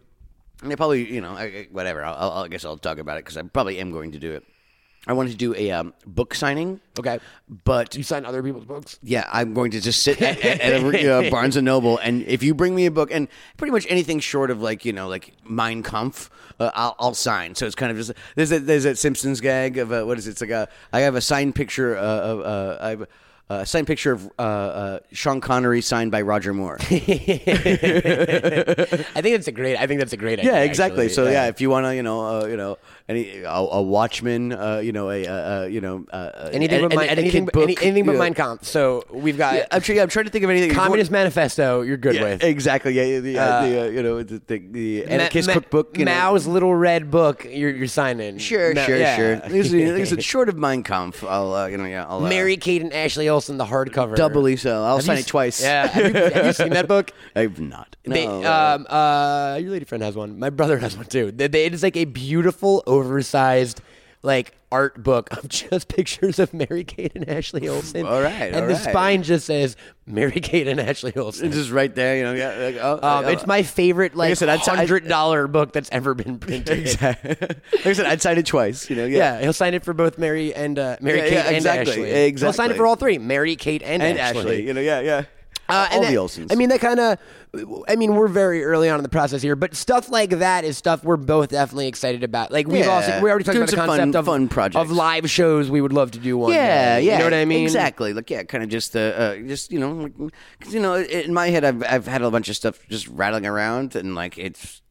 B: I mean, probably, you know, I- I, whatever. I'll, I'll, I guess I'll talk about it because I probably am going to do it. I wanted to do a um, book signing.
C: Okay,
B: But
C: you sign other people's books.
B: yeah, I'm going to just sit at, at, at a, you know, Barnes and Noble, and if you bring me a book and pretty much anything short of like you know like Mein Kampf, uh, I'll, I'll sign. So it's kind of just there's that there's that Simpsons gag of uh what is it? It's like a I have a signed picture uh, of uh, I have a signed picture of uh, uh, Sean Connery signed by Roger Moore.
C: I think that's a great. I think that's a great
B: [LAUGHS]
C: idea.
B: Yeah, exactly.
C: actually.
B: So yeah, if you want to, you know, uh, you know, any a, a Watchman, uh, you know, a, uh, uh, you know, uh, uh, an-
C: anything but
B: an
C: mine,
B: etiquette
C: anything, but-
B: book,
C: any- anything but
B: yeah.
C: Mein Kampf. So we've got
B: Yeah, I'm, sure, yeah, I'm trying to think of anything.
C: Communist Manifesto. You're good
B: Yeah, eh,
C: with.
B: exactly. Yeah, yeah, the, uh, the uh, you know the, the, the
C: Ma-
B: anarchist
C: Ma-
B: cookbook. You know.
C: Mao's little red book. You're, you're signing.
B: Sure,
C: Ma-
B: sure, [LAUGHS]
C: yeah.
B: sure. There's, there's a short of Mein Kampf. I'll, uh, you know, yeah, I'll uh,
C: Mary Kate and Ashley Olsen, the hardcover.
B: doubly so. I'll
C: Have you
B: sign
C: s-
B: it twice.
C: Yeah. Have you, have you seen that
B: [LAUGHS]
C: book?
B: I've not. No,
C: They,
B: uh,
C: um, uh, your lady friend has one. My brother has one too. They, they, it is like a beautiful, oversized, like art book of [LAUGHS] just pictures of Mary Kate and Ashley Olsen.
B: All right,
C: And
B: all
C: the
B: right.
C: spine just says Mary Kate and Ashley
B: [LAUGHS]
C: Olsen.
B: it's just right there. You know, yeah. Like, oh,
C: um,
B: oh,
C: it's my favorite, like,
B: I said, I'd s- I'd-
C: hundred dollar book that's ever been
B: [LAUGHS]
C: printed.
B: Exactly. like I said, I'd sign it twice. You know,
C: Yeah, he'll sign it for both Mary and uh, Mary
B: Yeah,
C: Kate
B: yeah,
C: and
B: exactly,
C: Ashley. He'll sign it
B: exactly.
C: for all three: Mary, Kate, and,
B: and Ashley. You know, yeah, yeah.
C: Uh,
B: All
C: and
B: the
C: that-
B: Olsons.
C: I mean, that kind of. I mean, we're very early on in the process here, but stuff like that is stuff we're both definitely excited about. Like we've
B: Yeah.
C: also we already talked
B: Doing
C: about the
B: some fun-
C: concept of
B: fun projects.
C: of live shows. We would love to do one.
B: Yeah,
C: day.
B: yeah.
C: You know what I mean?
B: Exactly. Like, yeah, kind of just, uh, uh, just you know, because you know, in my head, I've I've had a bunch of stuff just rattling around, and like it's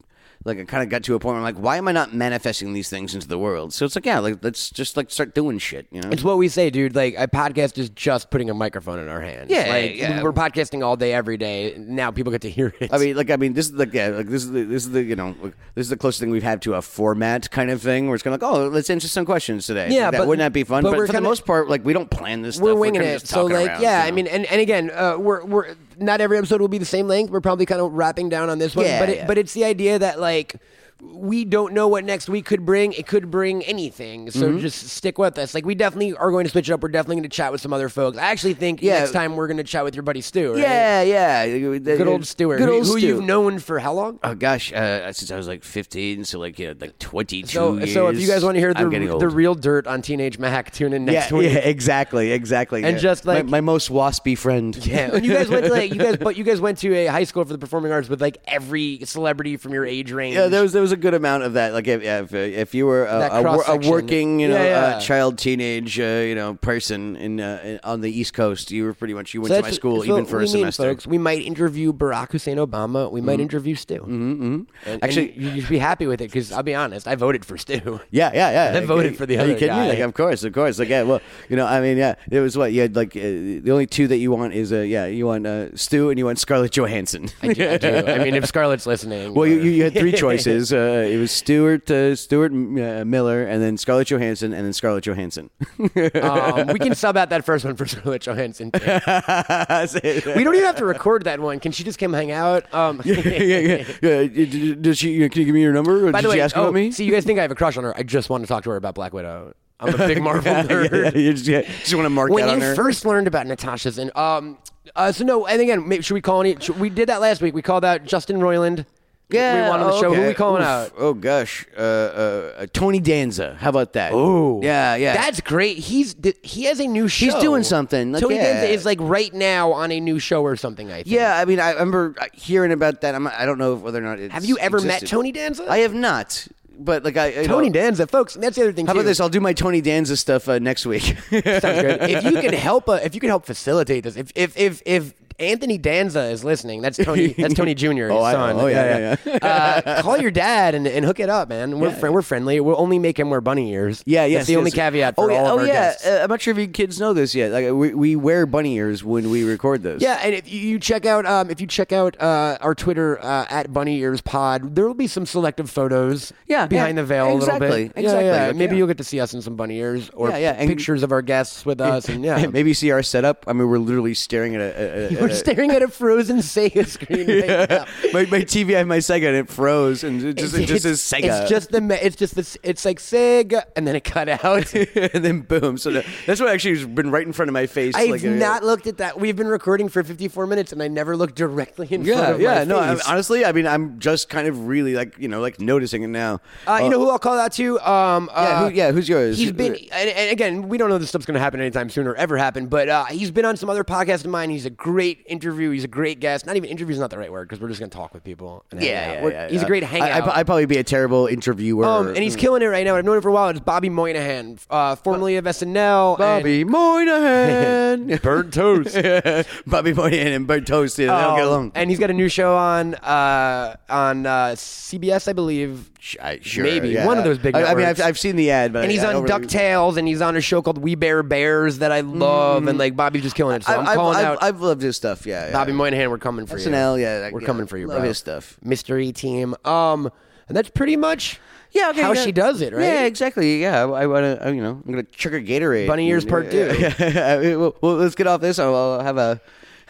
B: like I kind of got to a point where I'm like, why am I not manifesting these things into the world? So it's like, yeah, like let's just like start doing shit, you know.
C: It's what we say, dude. Like a podcast is just putting a microphone in our hands.
B: Yeah,
C: like,
B: yeah.
C: We're podcasting all day, every day. Now people get to hear it.
B: I mean, like, I mean, this is like, yeah, like this is the, this is the, you know, like, this is the closest thing we've had to a format kind of thing where it's kind of like, oh, let's answer some questions today.
C: Yeah,
B: Like, that
C: but-
B: wouldn't that be fun?
C: but
B: But,
C: we're
B: for
C: kinda-
B: the most part, like, we don't plan this.
C: we're
B: stuff.
C: winging
B: kinda
C: it.
B: just
C: So
B: talking
C: like,
B: around,
C: yeah,
B: you
C: I
B: know?
C: mean, and, and again, uh, we're we're not every episode will be the same length. We're probably kind of wrapping down on this one,
B: Yeah,
C: but it,
B: yeah.
C: but it's the idea that like we don't know what next week could bring. It could bring anything, so
B: Mm-hmm.
C: just stick with us. Like we definitely are going to switch it up. We're definitely going to chat with some other folks. I actually think
B: Yeah.
C: next time we're going to chat with your buddy Stu. Right?
B: yeah, yeah,
C: Good old Stuart,
B: Good
C: who,
B: old
C: who
B: Stu.
C: you've known for how long?
B: Oh gosh, uh, since I was like 15, so like yeah, like 22
C: So,
B: years.
C: so if you guys want to hear
B: I'm getting
C: the,
B: old.
C: the real dirt on Teenage Mac, tune in next
B: yeah,
C: week.
B: yeah, exactly, exactly,
C: And
B: yeah.
C: just, like-
B: my, my most waspy friend.
C: Yeah, and you guys went to like you guys, but you guys went to a high school for the performing arts with like every celebrity from your age range.
B: [LAUGHS] Yeah, there was there was a good amount of that. Like if if, uh, if you were
C: That
B: a, a, wor- a
C: cross-section.
B: working, you know,
C: Yeah, yeah.
B: Uh, child, teenage, uh, you know, person in, uh, in on the East Coast, you were pretty much you went
C: So
B: to my
C: that's-
B: school
C: so
B: even for
C: we
B: a
C: mean,
B: semester.
C: folks, we might interview Barack Hussein Obama. We might interview Stu. Mm-hmm.
B: Actually-
C: you should be happy with it because I'll be honest, I voted for Stu.
B: [LAUGHS] Yeah, yeah, yeah.
C: They voted for the
B: Are
C: other
B: you kidding
C: guy.
B: me? Like, of course, of course. Like, yeah, well, you know, I mean, yeah, it was what you had. Like, uh, the only two that you want is, uh, yeah, you want uh, Stu and you want Scarlett
C: [LAUGHS]
B: Johansson.
C: I, do, I, do. I mean, if Scarlett's listening,
B: well, you, you,
C: uh,
B: you had
C: [LAUGHS]
B: three choices. Uh, it was Stuart, uh, Stuart uh, Miller, and then Scarlett Johansson, and then Scarlett Johansson. [LAUGHS]
C: um, we can sub out that first one for Scarlett Johansson. too. we
B: we
C: don't even have to record that one. Can she just come hang out? Um,
B: [LAUGHS] yeah, yeah, yeah. Uh, did- Does she? Can you give me your number? Or
C: [LAUGHS] By
B: did
C: the way,
B: she ask
C: oh, [LAUGHS]
B: about me?
C: see, you guys think I have a crush on her. I just want to talk to her about Black Widow.
B: [LAUGHS]
C: I'm a big Marvel
B: [LAUGHS] yeah,
C: nerd.
B: yeah, yeah, you just, yeah, just want to mark
C: when
B: that
C: you
B: on her.
C: first learned about Natasha's and um, uh, so no, and again, maybe, should we call any? Should, we did that last week. We called out Justin Roiland. we want on the
B: oh,
C: show. Who
B: okay.
C: we calling
B: Oof.
C: out?
B: Oh gosh, uh, uh, Tony Danza. How about that?
C: Oh,
B: yeah, yeah.
C: That's great. He's di- he has a new show.
B: He's doing something, like,
C: Tony
B: yeah.
C: Danza is like right now on a new show or something. I think.
B: yeah. I mean, I remember uh, hearing about that. I'm, I don't know whether or not. It's
C: Have you ever met
B: existed.
C: Tony Danza?
B: I have not, but like I you
C: Tony
B: know-
C: Danza, folks. That's the other thing.
B: How
C: too.
B: about this? I'll do my Tony Danza stuff uh, next
C: [LAUGHS]
B: week. [LAUGHS]
C: Sounds good. If you can help, uh, if you can help facilitate this, if if if if Anthony Danza is listening, that's Tony. That's
B: [LAUGHS]
C: Tony Junior.
B: Oh,
C: his
B: I-
C: son.
B: oh, yeah, yeah, [LAUGHS]
C: uh, call your dad and, and hook it up, man. We're fri- we're friendly. We'll only make him wear bunny ears.
B: Yeah, yeah.
C: That's the only caveat for
B: oh, yeah,
C: all of
B: oh,
C: our
B: yeah.
C: guests.
B: Uh, I'm not sure if you kids know this yet. Like we, we wear bunny ears when we record this.
C: yeah, and if you- you check out um, if you check out uh, our Twitter uh, at Bunny Ears Pod, there will be some selective photos.
B: Yeah,
C: behind
B: yeah.
C: the veil a little
B: Exactly,
C: bit. Yeah,
B: exactly.
C: yeah.
B: Like,
C: Maybe
B: yeah.
C: you'll get to see us in some bunny ears or
B: Yeah, yeah, and-
C: pictures of our
B: [LAUGHS]
C: guests with us. And yeah,
B: Maybe you see our setup. I mean, we're literally staring at
C: [LAUGHS]
B: a. a, a
C: we're staring at a frozen Sega screen. Right now.
B: my, my TV, I have my Sega, and it froze, and it [LAUGHS] just it just says Sega.
C: It's just the me- it's just this it's like Sega and then it cut
B: [LAUGHS]
C: out.
B: and then boom. So that- that's what actually has been right in front of my face.
C: I've
B: like, uh,
C: not looked at that. We've been recording for 54 minutes and I never looked directly in front
B: Yeah,
C: of
B: yeah.
C: my
B: No, I,
C: face.
B: honestly, I mean, I'm just kind of really like you know like noticing it now.
C: uh, you know who I'll call out to? Um,
B: Yeah, who-
C: uh,
B: yeah, who's yours?
C: He's been, and, and again, we don't know this stuff's going to happen anytime soon or ever happen, but uh, he's been on some other podcast of mine. He's a great interview. He's a great guest. Not even interview is not the right word because we're just going to talk with people. And hang out.
B: Yeah, yeah,
C: We're-
B: yeah,
C: He's
B: yeah.
C: a great
B: I-
C: hangout.
B: I, would probably be a terrible interviewer.
C: Um, and he's killing it right now. I've known him for a while. It's Bobby Moynihan, uh, formerly of SNL. and-
B: Bobby
C: [LAUGHS]
B: Moynihan. Burnt toast. [LAUGHS] Bobby Moynihan and burnt toast. You know, they don't get
C: Um,
B: along.
C: And he's got a new show on uh, on uh, CBS, I believe.
B: Sh- I- sure,
C: maybe.
B: yeah.
C: One of those big
B: I, I mean,
C: networks.
B: I've, I've seen the ad, but
C: And
B: I-
C: he's
B: I
C: on
B: don't really-
C: DuckTales, and he's on a show called We Bear Bears that I love, and like Bobby's just killing it. So
B: Mm. I,
C: I, am calling
B: I've,
C: out
B: I've loved his stuff. Yeah, yeah.
C: Bobby Moynihan. We're coming for
B: SNL.
C: you.
B: Yeah, like,
C: we're
B: yeah,
C: coming for you,
B: love
C: bro.
B: his stuff.
C: Mystery team. Um, and that's pretty much
B: Yeah, okay,
C: how
B: yeah.
C: she does it, right?
B: Yeah, exactly. Yeah, I, I want to. You know, I'm gonna trigger Gatorade.
C: Bunny ears
B: Yeah,
C: part two.
B: Yeah, yeah. [LAUGHS] well, well, let's get off this. I'll, I'll have a. [LAUGHS]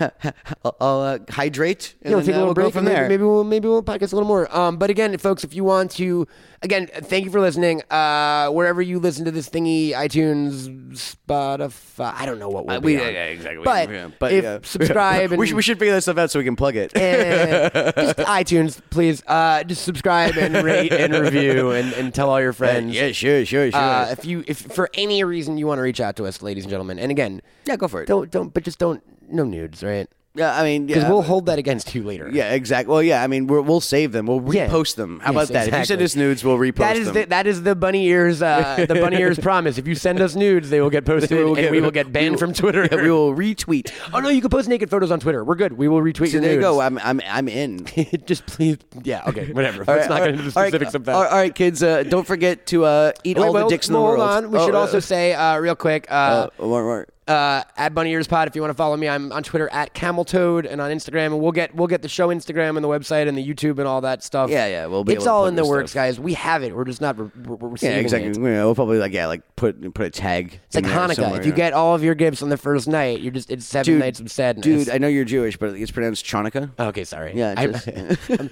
B: I'll, I'll uh, hydrate and
C: Yeah,
B: then,
C: we'll take a
B: uh,
C: little
B: we'll
C: break
B: go from
C: and maybe-
B: there.
C: Maybe, we'll maybe we'll podcast a little more. Um, but again, folks, if you want to, again, thank you for listening. Uh, wherever you listen to this thingy, iTunes, Spotify, I don't know what we'll
B: Uh,
C: be
B: we-
C: on.
B: yeah, yeah, exactly.
C: But,
B: Yeah, but, [LAUGHS]
C: if
B: yeah.
C: subscribe and
B: we, should, we should figure that stuff out so we can plug it.
C: Eh, just [LAUGHS] iTunes, please. Uh, just subscribe and rate
B: [LAUGHS]
C: and review and, and tell all your friends.
B: yeah, sure, sure, sure.
C: Uh, if you if for any reason you want to reach out to us, ladies and gentlemen, and again,
B: yeah, go for it.
C: don't don't but just don't no nudes, right?
B: Yeah, I mean,
C: Because
B: yeah,
C: we'll
B: but-
C: hold that against you later.
B: [LAUGHS] Yeah, exactly. Well, yeah, I mean, we're, we'll save them. We'll
C: Yeah.
B: repost them. How
C: Yes,
B: about that? If you send us
C: exactly.
B: nudes, we'll repost
C: That is
B: them.
C: the that is the bunny ears uh, the bunny [LAUGHS] ears promise. If you send us nudes, they will get posted,
B: We will
C: and
B: get- [LAUGHS]
C: we will get banned
B: we will-
C: from Twitter.
B: Yeah, we will retweet.
C: [LAUGHS] Oh no, you can post naked photos on Twitter. We're good. We will retweet
B: So
C: your
B: there you
C: nudes.
B: go. I'm, I'm, I'm in.
C: [LAUGHS] Just please, yeah, okay, whatever.
B: All right,
C: Let's not
B: all
C: get
B: right,
C: into the
B: all right,
C: specifics of that.
B: All right, all right, kids, uh, don't forget to uh, eat
C: Wait,
B: all
C: well,
B: the dicks in the
C: well,
B: world.
C: Hold on. We
B: Oh,
C: should
B: uh,
C: also say uh, real quick. Uh,
B: uh, one more.
C: uh, at Bunny Ears Pod. If you want to follow me, I'm on Twitter at Camel Toad and on Instagram. And we'll get we'll get the show Instagram and the website and the YouTube and all that stuff.
B: Yeah, yeah, we'll be
C: it's
B: able to
C: all
B: put
C: in the
B: this
C: works,
B: stuff.
C: guys. We have it. We're just not re- re- re-
B: Yeah,
C: receiving
B: exactly.
C: it.
B: Yeah, we'll probably like yeah, like put put a tag.
C: It's like Hanukkah. if you get all of your gifts on the first night, you're just it's seven
B: dude,
C: nights of sadness. Uh,
B: Dude, I know you're Jewish, but it's pronounced Chanukah.
C: Okay, sorry.
B: Yeah,
C: I'm,
B: just-
C: [LAUGHS] I'm,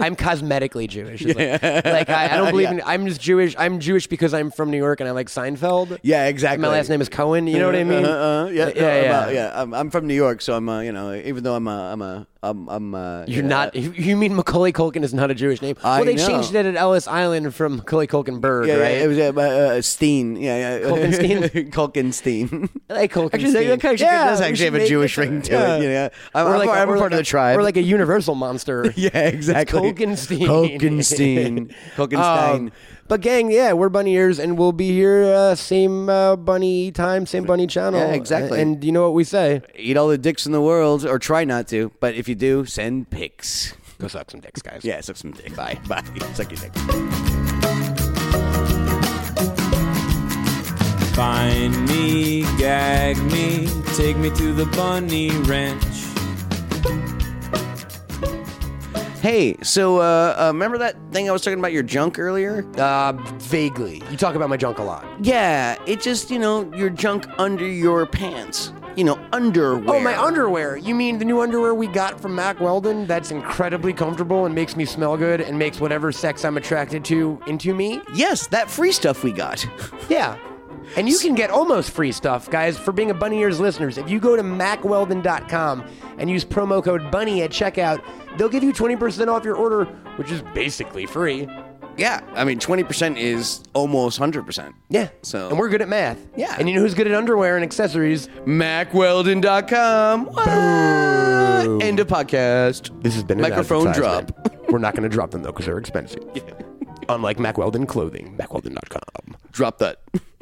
C: I'm cosmetically Jewish. It's
B: [LAUGHS]
C: Like, like, I, I don't believe in. I'm just Jewish. I'm Jewish because I'm from New York and I like Seinfeld.
B: Yeah, exactly.
C: My last name is Cohen. You know what I mean?
B: uh, yeah,
C: Yeah,
B: yeah,
C: yeah.
B: yeah. yeah. I'm, I'm from New York, so I'm, uh, you know, even though I'm, uh, I'm, uh, I'm, I'm uh,
C: You're
B: yeah,
C: not. You you mean Macaulay Culkin is not a Jewish name?
B: I
C: well, they
B: know.
C: changed it at Ellis Island from Macaulay Culkin Bird,
B: Yeah, yeah,
C: right?
B: it was uh, uh, uh, Steen. Yeah, yeah. [LAUGHS]
C: Kulkenstein?
B: Kulkenstein.
C: I like Culkin.
B: Actually, that- that actually
C: yeah,
B: does
C: we
B: actually
C: should
B: have a
C: make
B: Jewish
C: this-
B: ring to
C: yeah.
B: it. You know, I'm, I'm
C: like
B: part-
C: a-
B: I'm part of
C: like
B: the
C: a-
B: tribe.
C: We're like a universal monster.
B: [LAUGHS] yeah, exactly.
C: Kulkenstein. [LAUGHS]
B: Kulkenstein. Kulkenstein.
C: Um, but gang, yeah, we're bunny ears, and we'll be here uh, same uh, bunny time, same bunny channel.
B: Yeah, exactly.
C: And you know what we say?
B: Eat all the dicks in the world, or try not to. But if you do, send pics.
C: Go suck some dicks, guys.
B: Yeah, suck some dick. Bye. [LAUGHS] Bye. Suck your dick.
D: Find me, gag me, take me to the bunny ranch.
B: Hey, so uh, uh, remember that thing I was talking about your junk earlier?
C: Uh, vaguely, you talk about my junk a lot.
B: Yeah, it just you know your junk under your pants. You know underwear.
C: Oh, my underwear. You mean the new underwear we got from Mac Weldon that's incredibly comfortable and makes me smell good and makes whatever sex I'm attracted to into me?
B: Yes, that free stuff we got. [LAUGHS]
C: Yeah. And you can get almost free stuff, guys, for being a Bunny Ears listeners. If you go to macweldon.com and use promo code BUNNY at checkout, they'll give you 20% off your order, which is basically free.
B: Yeah, I mean twenty percent is almost hundred percent.
C: Yeah.
B: So-
C: And we're good at math.
B: Yeah.
C: And you know who's good at underwear and accessories?
B: MacWeldon.com. What? End of podcast.
C: This has been an
B: microphone drop.
C: advertisement. We're not going
B: [LAUGHS]
C: to drop them, though, because they're expensive. Unlike Mac Weldon clothing, macweldon.com.
B: Drop that.